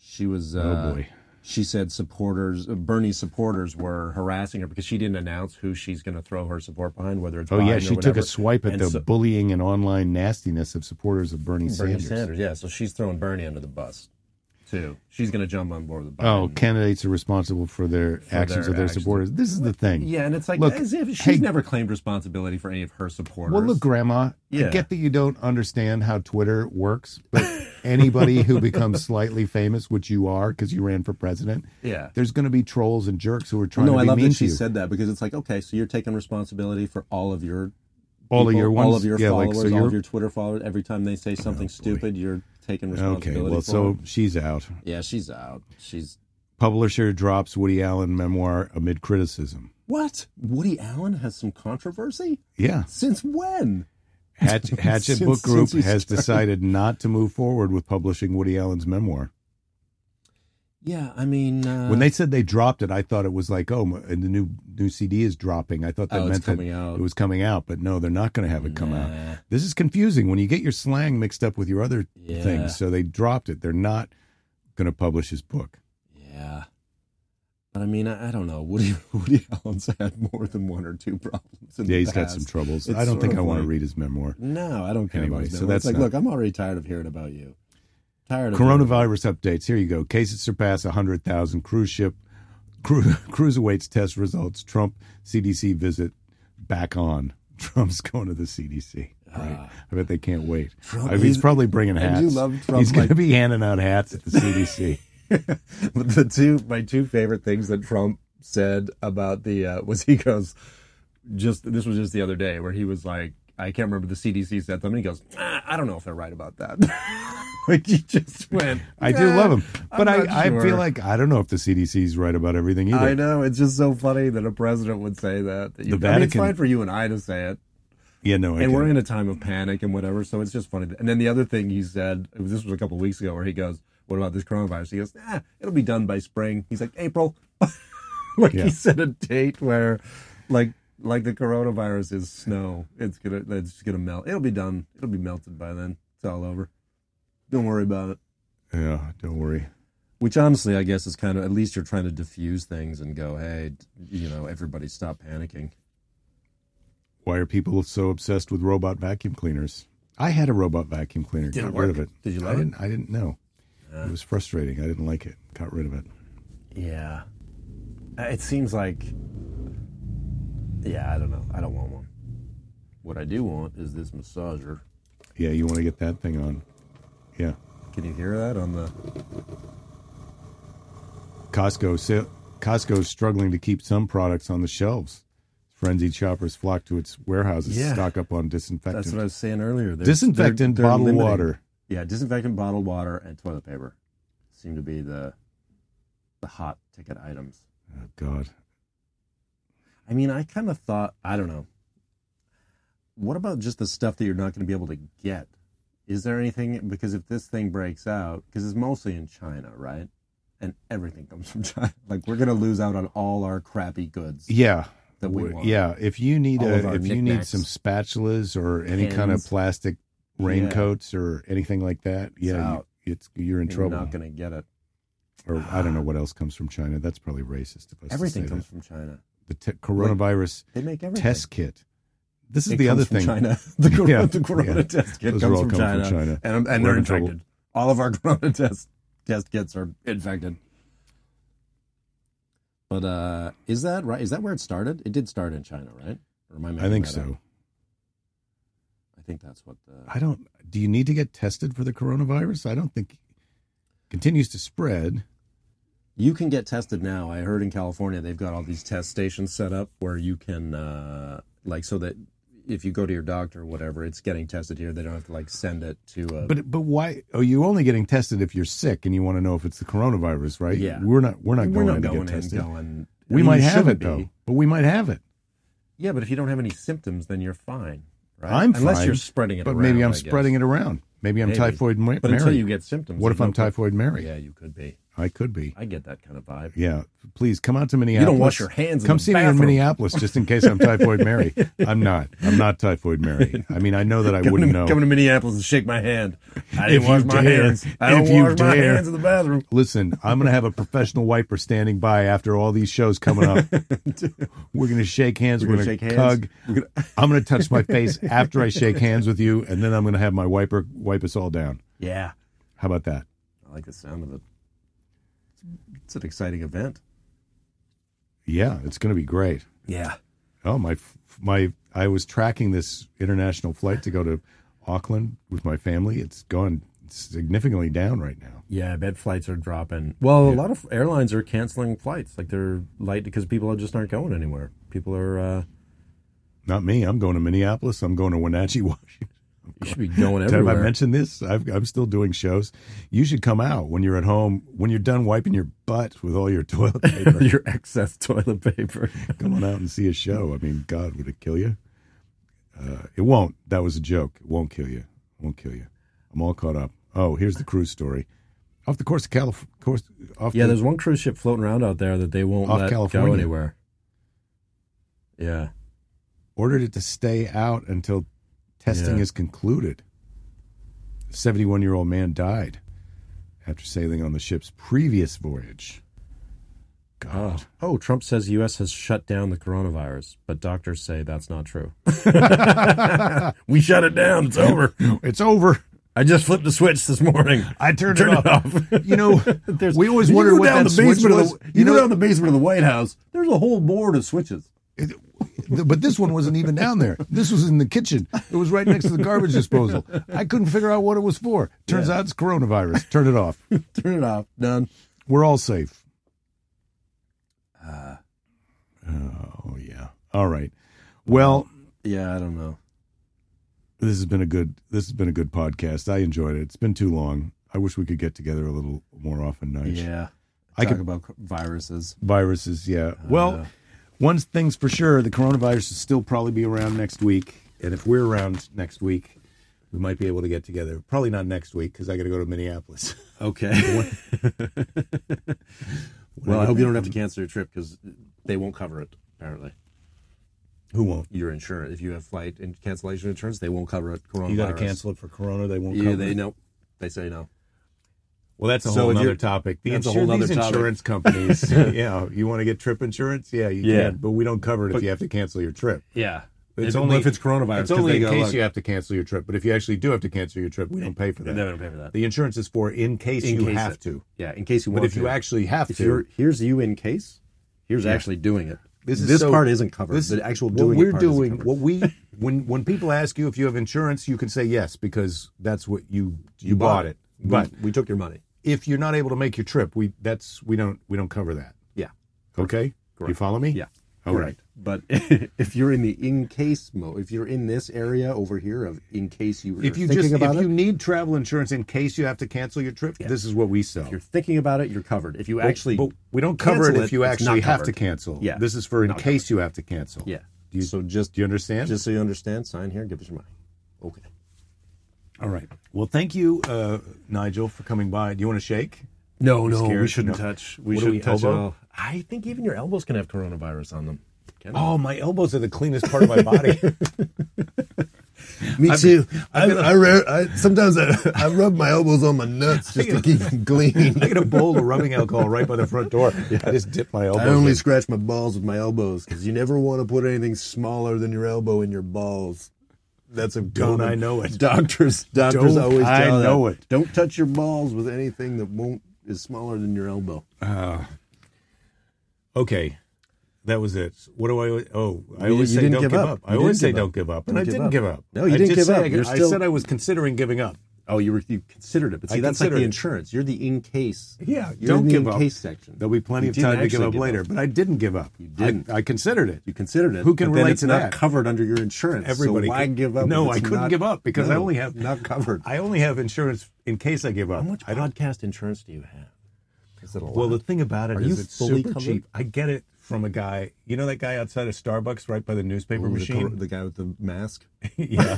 Speaker 1: She was. Uh,
Speaker 2: oh boy.
Speaker 1: she said supporters, Bernie's supporters were harassing her because she didn't announce who she's going to throw her support behind, whether it's
Speaker 2: Oh
Speaker 1: Biden
Speaker 2: yeah,
Speaker 1: or
Speaker 2: she took
Speaker 1: whatever.
Speaker 2: a swipe at
Speaker 1: And
Speaker 2: the
Speaker 1: so-
Speaker 2: bullying and online nastiness of supporters of Bernie,
Speaker 1: Bernie
Speaker 2: Sanders.
Speaker 1: Sanders. Yeah, so she's throwing Bernie under the bus too. She's going to jump on board with Biden.
Speaker 2: Oh, candidates are responsible for their actions
Speaker 1: their
Speaker 2: of their
Speaker 1: actions.
Speaker 2: supporters. This is the thing.
Speaker 1: yeah, and it's like
Speaker 2: Look,
Speaker 1: as if she's
Speaker 2: hey-
Speaker 1: never claimed responsibility for any of her supporters.
Speaker 2: Well, look, Grandma, I
Speaker 1: Yeah.
Speaker 2: get that you don't understand how Twitter works, but anybody who becomes slightly famous, which you are because you ran for president,
Speaker 1: yeah.
Speaker 2: there's going to be trolls and jerks who are trying
Speaker 1: no,
Speaker 2: to
Speaker 1: I
Speaker 2: be
Speaker 1: love
Speaker 2: mean
Speaker 1: that
Speaker 2: to
Speaker 1: she
Speaker 2: you.
Speaker 1: said that because it's like, okay, so you're taking responsibility for all of your
Speaker 2: all of
Speaker 1: people,
Speaker 2: your ones,
Speaker 1: all of your
Speaker 2: yeah,
Speaker 1: followers,
Speaker 2: like so
Speaker 1: all
Speaker 2: you're Oh,
Speaker 1: of your Twitter followers. Every time they say something stupid, you're taking responsibility.
Speaker 2: okay. Well,
Speaker 1: for
Speaker 2: so
Speaker 1: it.
Speaker 2: she's out.
Speaker 1: yeah, she's out. She's
Speaker 2: Publisher drops Woody Allen memoir amid criticism.
Speaker 1: what? Woody Allen has some controversy
Speaker 2: Yeah,
Speaker 1: since when?
Speaker 2: Hatch, Hatchet
Speaker 1: Since-
Speaker 2: Book Group
Speaker 1: since he
Speaker 2: has
Speaker 1: started.
Speaker 2: decided not to move forward with publishing Woody Allen's memoir.
Speaker 1: Yeah, I mean, uh,
Speaker 2: when they said they dropped it, I thought it was like, oh, m- and the new new CD is dropping. I thought that
Speaker 1: Oh, it's
Speaker 2: meant that
Speaker 1: coming out.
Speaker 2: it was coming out, but no, they're not going to have it come
Speaker 1: Nah.
Speaker 2: out. This is confusing when you get your slang mixed up with your other
Speaker 1: Yeah.
Speaker 2: things. So they dropped it. They're not going to publish his book.
Speaker 1: yeah. But I mean, I, I don't know. Woody Woody Allen's had more than one or two problems. In
Speaker 2: Yeah,
Speaker 1: the
Speaker 2: he's got
Speaker 1: past.
Speaker 2: some troubles.
Speaker 1: It's
Speaker 2: I don't
Speaker 1: sort
Speaker 2: think
Speaker 1: of
Speaker 2: I want to
Speaker 1: like-
Speaker 2: read his memoir.
Speaker 1: No, I don't care
Speaker 2: Anyway,
Speaker 1: about his
Speaker 2: so
Speaker 1: memoir.
Speaker 2: that's
Speaker 1: it's like,
Speaker 2: not-
Speaker 1: look, I'm already tired of hearing about you. Tired of hearing about-
Speaker 2: Coronavirus updates. Here you go. Cases surpass 100,000. Cruise ship, cru- cruiserweights test results. Trump CDC visit back on. Trump's going to the CDC. Right. I bet they can't wait.
Speaker 1: Ah. Trump-
Speaker 2: I mean, he's,
Speaker 1: he's-
Speaker 2: probably bringing
Speaker 1: I
Speaker 2: hats.
Speaker 1: do love Trump,
Speaker 2: He's going to
Speaker 1: like-
Speaker 2: be handing out hats at the CDC.
Speaker 1: But the two my two favorite things that Trump said about the uh, was he goes just this was just the other day where he was like I can't remember the CDC said something he goes "Ah, I don't know if they're right about that like he just went
Speaker 2: I do
Speaker 1: "Nah,
Speaker 2: love him,
Speaker 1: I'm
Speaker 2: but I,
Speaker 1: not
Speaker 2: I feel
Speaker 1: sure."
Speaker 2: like I don't know if the CDC's right about everything either.
Speaker 1: I know it's just so funny that a president would say that, that you,
Speaker 2: The
Speaker 1: I mean, it's
Speaker 2: Vatican-
Speaker 1: fine for you and I to say it
Speaker 2: Yeah, no, I
Speaker 1: and we're
Speaker 2: can't.
Speaker 1: in a time of panic and whatever, so it's just funny. And then the other thing he said, this was a couple weeks ago, where he goes, "What about this coronavirus?" He goes, "Nah, it'll be done by spring." He's like, "April," like
Speaker 2: Yeah.
Speaker 1: he set a date where, like, like the coronavirus is snow. It's gonna, it's gonna melt. It'll be done. It'll be melted by then. It's all over. Don't worry about it.
Speaker 2: Yeah, don't worry.
Speaker 1: Which honestly, I guess is kind of at least you're trying to diffuse things and go, hey, d- you know, everybody stop panicking.
Speaker 2: Why are people so obsessed with robot vacuum cleaners? I had a robot vacuum cleaner.
Speaker 1: Did it
Speaker 2: got rid of
Speaker 1: work?
Speaker 2: it.
Speaker 1: Did you
Speaker 2: I
Speaker 1: love it?
Speaker 2: didn't, I didn't know. it was frustrating. I didn't like it. Got rid of it.
Speaker 1: Yeah. Uh, It seems like. Yeah, I don't know. I don't want one. What I do want is this massager.
Speaker 2: Yeah, you want to get that thing on. Yeah.
Speaker 1: Can you hear that on the?
Speaker 2: Costco sa- Costco is struggling to keep some products on the shelves. Frenzied shoppers flock to its warehouses
Speaker 1: Yeah.
Speaker 2: to stock up on disinfectant.
Speaker 1: That's what I was saying earlier. They're-
Speaker 2: disinfectant,
Speaker 1: they're- they're
Speaker 2: bottled
Speaker 1: limiting-
Speaker 2: water.
Speaker 1: Yeah, disinfectant, bottled water, and toilet paper seem to be the the hot ticket items.
Speaker 2: Oh, God.
Speaker 1: I mean, I kind of thought, I don't know. What about just the stuff that you're not going to be able to get? Is there anything because if this thing breaks out, because it's mostly in China, right? And everything comes from China. Like we're going to lose out on all our crappy goods.
Speaker 2: Yeah.
Speaker 1: That we
Speaker 2: W-
Speaker 1: want.
Speaker 2: Yeah. If you need
Speaker 1: All of
Speaker 2: a,
Speaker 1: our
Speaker 2: if you need
Speaker 1: knickknacks.
Speaker 2: some spatulas or any kind of
Speaker 1: Pins.
Speaker 2: plastic
Speaker 1: Yeah.
Speaker 2: raincoats or anything like that, yeah,
Speaker 1: out.
Speaker 2: you, it's you're in
Speaker 1: You're
Speaker 2: trouble.
Speaker 1: not going to get it.
Speaker 2: or I don't know what else comes from China. That's probably racist of us.
Speaker 1: Everything
Speaker 2: to say
Speaker 1: comes
Speaker 2: that.
Speaker 1: from China.
Speaker 2: the te- coronavirus
Speaker 1: They make everything.
Speaker 2: test kit. This is
Speaker 1: It
Speaker 2: the
Speaker 1: comes
Speaker 2: other
Speaker 1: from
Speaker 2: thing.
Speaker 1: China. The corona,
Speaker 2: Yeah,
Speaker 1: the corona
Speaker 2: yeah.
Speaker 1: test kit
Speaker 2: Those are
Speaker 1: comes
Speaker 2: all
Speaker 1: from
Speaker 2: coming
Speaker 1: China,
Speaker 2: from China.
Speaker 1: and, um, and
Speaker 2: We're
Speaker 1: they're
Speaker 2: in trouble.
Speaker 1: infected. All of our corona test test kits are infected. But uh, is that right? Is that where it started? It did start in China, right? Or am I
Speaker 2: I
Speaker 1: making
Speaker 2: think
Speaker 1: that up?
Speaker 2: so.
Speaker 1: I think that's what the.
Speaker 2: I don't. Do you need to get tested for the coronavirus? I don't think continues to spread.
Speaker 1: You can get tested now. I heard in California they've got all these test stations set up where you can uh, like so that if you go to your doctor or whatever, it's getting tested here. They don't have to like send it to a.
Speaker 2: But but why are you only getting tested if you're sick and you want to know if it's the coronavirus, right?
Speaker 1: Yeah.
Speaker 2: We're not we're not
Speaker 1: we're
Speaker 2: going
Speaker 1: not
Speaker 2: in to
Speaker 1: going
Speaker 2: get
Speaker 1: and
Speaker 2: tested.
Speaker 1: going. I
Speaker 2: We
Speaker 1: mean,
Speaker 2: might
Speaker 1: you
Speaker 2: have
Speaker 1: shouldn't
Speaker 2: it
Speaker 1: be.
Speaker 2: though. But we might have it.
Speaker 1: Yeah, but if you don't have any symptoms, then you're fine, right?
Speaker 2: I'm
Speaker 1: unless
Speaker 2: fine,
Speaker 1: you're spreading it.
Speaker 2: But
Speaker 1: around,
Speaker 2: maybe I'm
Speaker 1: I guess.
Speaker 2: spreading it around. Maybe I'm
Speaker 1: Maybe.
Speaker 2: typhoid ma-
Speaker 1: But
Speaker 2: Mary.
Speaker 1: until you get symptoms,
Speaker 2: what if
Speaker 1: there's
Speaker 2: I'm
Speaker 1: no-
Speaker 2: typhoid Mary?
Speaker 1: Yeah, you could be.
Speaker 2: I could be.
Speaker 1: I get that kind of vibe.
Speaker 2: Yeah. Please come out to
Speaker 1: You
Speaker 2: Minneapolis.
Speaker 1: don't wash your hands in
Speaker 2: Come
Speaker 1: the
Speaker 2: see me in
Speaker 1: bathroom.
Speaker 2: Minneapolis just in case I'm typhoid Mary. I'm not. I'm not typhoid Mary. I mean, I know that I
Speaker 1: Come
Speaker 2: wouldn't
Speaker 1: to,
Speaker 2: know.
Speaker 1: Come to Minneapolis and shake my hand. I
Speaker 2: If
Speaker 1: didn't wash
Speaker 2: you
Speaker 1: my
Speaker 2: dare.
Speaker 1: hands. I
Speaker 2: If
Speaker 1: don't
Speaker 2: you
Speaker 1: wash my
Speaker 2: dare.
Speaker 1: hands in the bathroom.
Speaker 2: Listen, I'm going to have a professional wiper standing by after all these shows coming up. We're going to shake hands. We're,
Speaker 1: We're gonna
Speaker 2: going
Speaker 1: shake
Speaker 2: to
Speaker 1: hands.
Speaker 2: hug. I'm going to touch my face after I shake hands with you, and then I'm going to have my wiper wipe us all down.
Speaker 1: Yeah,
Speaker 2: How about that?
Speaker 1: I like the sound of it. It's an exciting event.
Speaker 2: Yeah, it's going to be great.
Speaker 1: Yeah,
Speaker 2: Oh my, f- my! I was tracking this international flight to go to Auckland with my family. It's gone significantly down right now.
Speaker 1: yeah. I bet flights are dropping. Well, a lot of airlines are canceling flights, like they're light because people are just aren't going anywhere. People are. uh
Speaker 2: Not me. I'm going to Minneapolis. I'm going to Wenatchee, Washington.
Speaker 1: You should be going
Speaker 2: Have I
Speaker 1: everywhere.
Speaker 2: mentioned this? I've, I'm still doing shows. You should come out when you're at home, when you're done wiping your butt with all your toilet paper.
Speaker 1: your excess toilet paper.
Speaker 2: come on out and see a show. I mean, God, would it kill you? Uh, it won't. That was a joke. It won't kill you. It won't kill you. I'm all caught up. Oh, here's the cruise story. Off the course of Calif- course off
Speaker 1: yeah,
Speaker 2: the
Speaker 1: there's one cruise ship floating around out there that they won't
Speaker 2: Off
Speaker 1: let
Speaker 2: California.
Speaker 1: go anywhere. Yeah,
Speaker 2: ordered it to stay out until testing
Speaker 1: Yeah.
Speaker 2: is concluded. A 71 year old man died after sailing on the ship's previous voyage. God.
Speaker 1: Oh, Trump says U.S. has shut down the coronavirus, but doctors say that's not true. we shut it down. It's over.
Speaker 2: It's over.
Speaker 1: I just flipped the switch this morning.
Speaker 2: I turned,
Speaker 1: Turned it off.
Speaker 2: you know,
Speaker 1: There's-
Speaker 2: we always
Speaker 1: you
Speaker 2: wonder
Speaker 1: go
Speaker 2: what
Speaker 1: down the
Speaker 2: that switch
Speaker 1: basement
Speaker 2: was.
Speaker 1: Of the, you,
Speaker 2: You
Speaker 1: go
Speaker 2: know,
Speaker 1: down the basement of the White House. There's a whole board of switches.
Speaker 2: It- but this one wasn't even down there. This was in the kitchen. It was right next to the garbage disposal. I couldn't figure out what it was for. Turns out it's coronavirus. Turn it off.
Speaker 1: Turn it off. Done.
Speaker 2: We're all safe. Uh, oh yeah. All right. Well,
Speaker 1: Yeah, I don't know.
Speaker 2: this has been a good this has been a good podcast. I enjoyed it. It's been too long. I wish we could get together a little more often. Nice.
Speaker 1: Yeah,
Speaker 2: I
Speaker 1: talk
Speaker 2: could-
Speaker 1: about co- viruses.
Speaker 2: Viruses, yeah. well,
Speaker 1: Uh-huh.
Speaker 2: one thing's for sure, the coronavirus will still probably be around next week, and if we're around next week, we might be able to get together. Probably not next week because I got to go to Minneapolis.
Speaker 1: Okay. well, I hope you don't have to cancel your trip because they won't cover it. Apparently,
Speaker 2: Who won't?
Speaker 1: your insurance. If you have flight and cancellation insurance, they won't cover it. Coronavirus.
Speaker 2: You got to cancel it for corona. They won't.
Speaker 1: Yeah,
Speaker 2: cover
Speaker 1: they
Speaker 2: it.
Speaker 1: no. They say no.
Speaker 2: Well, that's a
Speaker 1: So
Speaker 2: whole
Speaker 1: if
Speaker 2: other
Speaker 1: you're-
Speaker 2: topic. The
Speaker 1: that's a
Speaker 2: insur-
Speaker 1: whole other
Speaker 2: these
Speaker 1: topic.
Speaker 2: insurance companies. yeah, you want to get trip insurance? Yeah, you
Speaker 1: Yeah.
Speaker 2: can, but we don't cover it if you have to cancel your trip.
Speaker 1: Yeah.
Speaker 2: It's only
Speaker 1: if it's coronavirus.
Speaker 2: It's only
Speaker 1: they
Speaker 2: in
Speaker 1: go,
Speaker 2: case
Speaker 1: "Look,
Speaker 2: you have to cancel your trip. But if you actually do have to cancel your trip, we don't pay for
Speaker 1: They
Speaker 2: that.
Speaker 1: don't pay for that.
Speaker 2: The insurance is for in case
Speaker 1: In
Speaker 2: you
Speaker 1: case
Speaker 2: have
Speaker 1: it-
Speaker 2: to.
Speaker 1: Yeah, in case you
Speaker 2: But
Speaker 1: want
Speaker 2: if you
Speaker 1: to.
Speaker 2: actually have
Speaker 1: if
Speaker 2: to,
Speaker 1: you're here's you in case, here's actually doing it.
Speaker 2: This, is
Speaker 5: This
Speaker 2: so-
Speaker 5: part isn't covered.
Speaker 2: This,
Speaker 5: The actual
Speaker 2: what
Speaker 5: doing it
Speaker 2: we're
Speaker 5: part isn't
Speaker 2: doing,
Speaker 5: covered.
Speaker 2: what we when when people ask you if you have insurance, you can say yes because that's what you you, bought it. Mm-hmm. But
Speaker 5: we, we took your money.
Speaker 2: if you're not able to make your trip, we that's we don't we don't cover that.
Speaker 5: Yeah.
Speaker 2: Okay, you follow me?
Speaker 5: Yeah.
Speaker 2: All right.
Speaker 5: But if you're in the in case mode, if you're in this area over here of in case you were
Speaker 2: If you
Speaker 5: thinking
Speaker 2: just
Speaker 5: about
Speaker 2: if
Speaker 5: it,
Speaker 2: you need travel insurance in case you have to cancel your trip, this is what we sell.
Speaker 5: you're thinking about it, you're covered. If you actually,
Speaker 2: but we don't cover it
Speaker 5: cancel
Speaker 2: if you
Speaker 5: it's
Speaker 2: actually
Speaker 5: not
Speaker 2: have to
Speaker 5: covered.
Speaker 2: cancel.
Speaker 5: Yeah.
Speaker 2: This is for in case you have to cancel.
Speaker 5: yeah.
Speaker 2: Do you,
Speaker 5: so just
Speaker 2: do you understand?
Speaker 5: just so you understand, sign here, give us your money. Okay.
Speaker 2: All right. Well, thank you, uh, Nigel, for coming by. Do you want to shake?
Speaker 5: No, no,
Speaker 2: scared?
Speaker 5: we shouldn't
Speaker 2: No.
Speaker 5: touch. We
Speaker 2: What do
Speaker 5: shouldn't
Speaker 2: we,
Speaker 5: touch
Speaker 2: elbow?
Speaker 5: at all. I think even your elbows can have coronavirus on them. Can
Speaker 2: Oh, my elbows are the cleanest part of my body.
Speaker 5: Me too. I, I, rare- I- sometimes I, I rub my elbows on my nuts just to keep them clean.
Speaker 2: I get a bowl of rubbing alcohol right by the front door. I just dip my elbows.
Speaker 5: I only
Speaker 2: in.
Speaker 5: scratch my balls with my elbows because you never want to put anything smaller than your elbow in your balls. That's a
Speaker 2: Don't I know it.
Speaker 5: Doctors, doctors
Speaker 2: Don't
Speaker 5: always tell
Speaker 2: I
Speaker 5: that.
Speaker 2: know it.
Speaker 5: Don't touch your balls with anything that won't is smaller than your elbow.
Speaker 2: Okay, that was it. What do I? Oh, I
Speaker 5: You-
Speaker 2: always
Speaker 5: you
Speaker 2: say
Speaker 5: didn't
Speaker 2: don't
Speaker 5: give
Speaker 2: give up.
Speaker 5: up.
Speaker 2: I
Speaker 5: You
Speaker 2: always
Speaker 5: didn't
Speaker 2: say
Speaker 5: give
Speaker 2: don't
Speaker 5: up.
Speaker 2: give up,
Speaker 5: Don't
Speaker 2: and I
Speaker 5: give
Speaker 2: didn't
Speaker 5: up.
Speaker 2: give up.
Speaker 5: No, you
Speaker 2: I
Speaker 5: didn't
Speaker 2: just
Speaker 5: give
Speaker 2: said
Speaker 5: up.
Speaker 2: I,
Speaker 5: You're
Speaker 2: I
Speaker 5: still-
Speaker 2: said I was considering giving up.
Speaker 5: Oh, you were you considered it, but see
Speaker 2: I
Speaker 5: that's like the
Speaker 2: considered it.
Speaker 5: insurance. You're the in case.
Speaker 2: Yeah,
Speaker 5: You're
Speaker 2: don't
Speaker 5: in the
Speaker 2: give
Speaker 5: in
Speaker 2: up.
Speaker 5: case section.
Speaker 2: There'll be plenty
Speaker 5: You
Speaker 2: of
Speaker 5: didn't
Speaker 2: time to give
Speaker 5: actually
Speaker 2: up later, but I didn't give up. You
Speaker 5: didn't.
Speaker 2: I, I considered it.
Speaker 5: You considered it.
Speaker 2: Who can
Speaker 5: but then
Speaker 2: relate
Speaker 5: it's
Speaker 2: to
Speaker 5: not
Speaker 2: that?
Speaker 5: Covered under your insurance.
Speaker 2: Everybody
Speaker 5: So why
Speaker 2: could-
Speaker 5: give up?
Speaker 2: No,
Speaker 5: if
Speaker 2: I
Speaker 5: it's
Speaker 2: couldn't
Speaker 5: not-
Speaker 2: give up because I
Speaker 5: No,
Speaker 2: only have-
Speaker 5: not covered.
Speaker 2: I only have insurance in case I give up.
Speaker 5: How much
Speaker 2: I don't.
Speaker 5: podcast insurance do you have? Is it a lot?
Speaker 2: Well, the thing about it
Speaker 5: Are
Speaker 2: is
Speaker 5: you
Speaker 2: it's
Speaker 5: fully
Speaker 2: super
Speaker 5: covered?
Speaker 2: cheap. I get it from a guy. You know that guy outside of Starbucks, right by the newspaper
Speaker 5: Ooh, the
Speaker 2: machine.
Speaker 5: cor- the guy with the mask.
Speaker 2: yeah.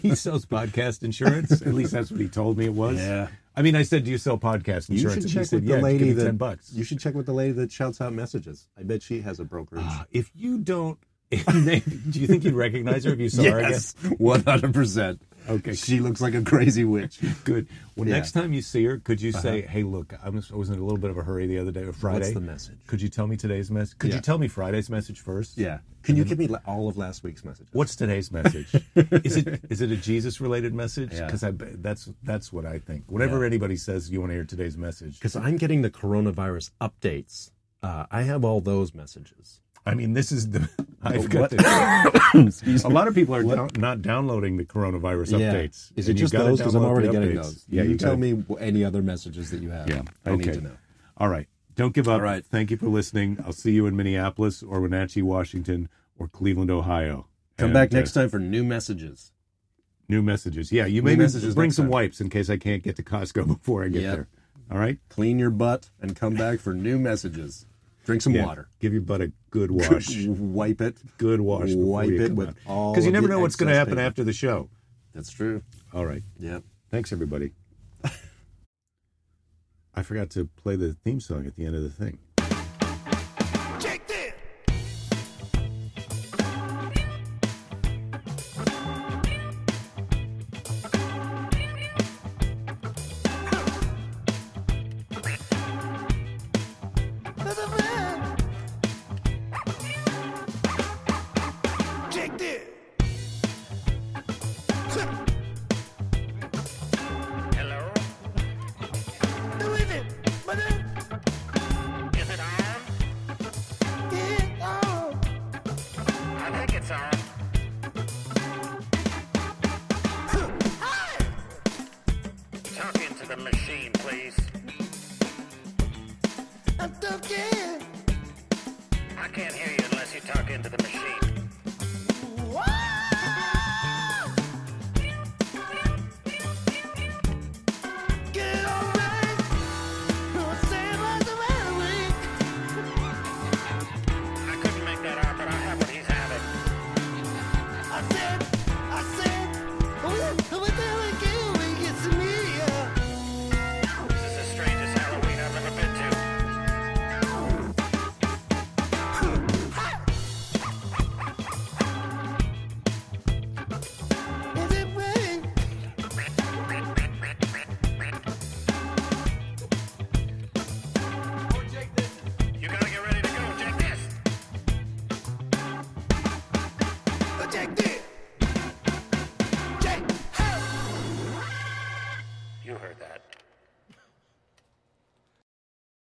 Speaker 2: he sells podcast insurance. At least that's what he told me it was.
Speaker 5: Yeah.
Speaker 2: I mean, I said, "Do you sell podcast
Speaker 5: You
Speaker 2: insurance?"
Speaker 5: should
Speaker 2: And he
Speaker 5: check
Speaker 2: said,
Speaker 5: with
Speaker 2: yeah,
Speaker 5: the lady
Speaker 2: give me
Speaker 5: that
Speaker 2: ten bucks.
Speaker 5: You should check with the lady that shouts out messages. I bet she has a brokerage.
Speaker 2: Ah, if you don't, do you think you'd recognize her if you saw her again?
Speaker 5: one hundred percent.
Speaker 2: Okay.
Speaker 5: she looks like a crazy witch.
Speaker 2: Good. Well,
Speaker 5: Yeah. Uh-huh.
Speaker 2: next time you see her, could you say, "Hey, look, I'm just, I was in a little bit of a hurry the other day or Friday.
Speaker 5: the message?
Speaker 2: Could you tell me today's message? Could
Speaker 5: Yeah.
Speaker 2: you tell me Friday's message first?
Speaker 5: Yeah, can you give me la- all of last week's messages?
Speaker 2: What's today's message? is it is it a Jesus related message?
Speaker 5: Yeah.
Speaker 2: Because that's that's what I think. Whatever anybody says, you want to hear today's message.
Speaker 5: Because I'm getting the coronavirus updates. Uh, I have all those messages.
Speaker 2: I mean, this is the I've
Speaker 5: But
Speaker 2: got
Speaker 5: what-
Speaker 2: the,
Speaker 5: Excuse
Speaker 2: a lot of people are down, not downloading the coronavirus
Speaker 5: Yeah.
Speaker 2: updates.
Speaker 5: Is it
Speaker 2: and you've
Speaker 5: just
Speaker 2: gotta
Speaker 5: those? Because I'm
Speaker 2: download
Speaker 5: already
Speaker 2: the
Speaker 5: getting
Speaker 2: updates.
Speaker 5: those.
Speaker 2: Yeah,
Speaker 5: you,
Speaker 2: you
Speaker 5: tell
Speaker 2: gotta-
Speaker 5: me wh- any other messages that you have.
Speaker 2: Yeah,
Speaker 5: I need
Speaker 2: okay.
Speaker 5: to know.
Speaker 2: All right, don't give up.
Speaker 5: All right.
Speaker 2: thank you for listening. I'll see you in Minneapolis or Wenatchee, Washington, or Cleveland, Ohio.
Speaker 5: Come
Speaker 2: And,
Speaker 5: back
Speaker 2: uh,
Speaker 5: next time for new messages.
Speaker 2: New messages. Yeah, you maybe
Speaker 5: messages
Speaker 2: bring
Speaker 5: next
Speaker 2: some
Speaker 5: time.
Speaker 2: wipes in case I can't get to Costco before I get
Speaker 5: Yep.
Speaker 2: there. All right.
Speaker 5: Clean your butt and come back for new messages. Drink some
Speaker 2: Yeah.
Speaker 5: water.
Speaker 2: Give your butt a good wash.
Speaker 5: Wipe it.
Speaker 2: good wash.
Speaker 5: Wipe it with all.
Speaker 2: Because you
Speaker 5: of
Speaker 2: never
Speaker 5: the
Speaker 2: know what's going to
Speaker 5: excess
Speaker 2: happen
Speaker 5: paper.
Speaker 2: after the show.
Speaker 5: That's true.
Speaker 2: All right.
Speaker 5: Yeah.
Speaker 2: Thanks, everybody. I forgot to play the theme song at the end of the thing.
Speaker 6: Check this. Hello? Who is it? Mother? Is it on? Yeah, on. I think it's on. Hi! Talk into the machine, please. I'm talking. I can't hear you unless you talk into the machine.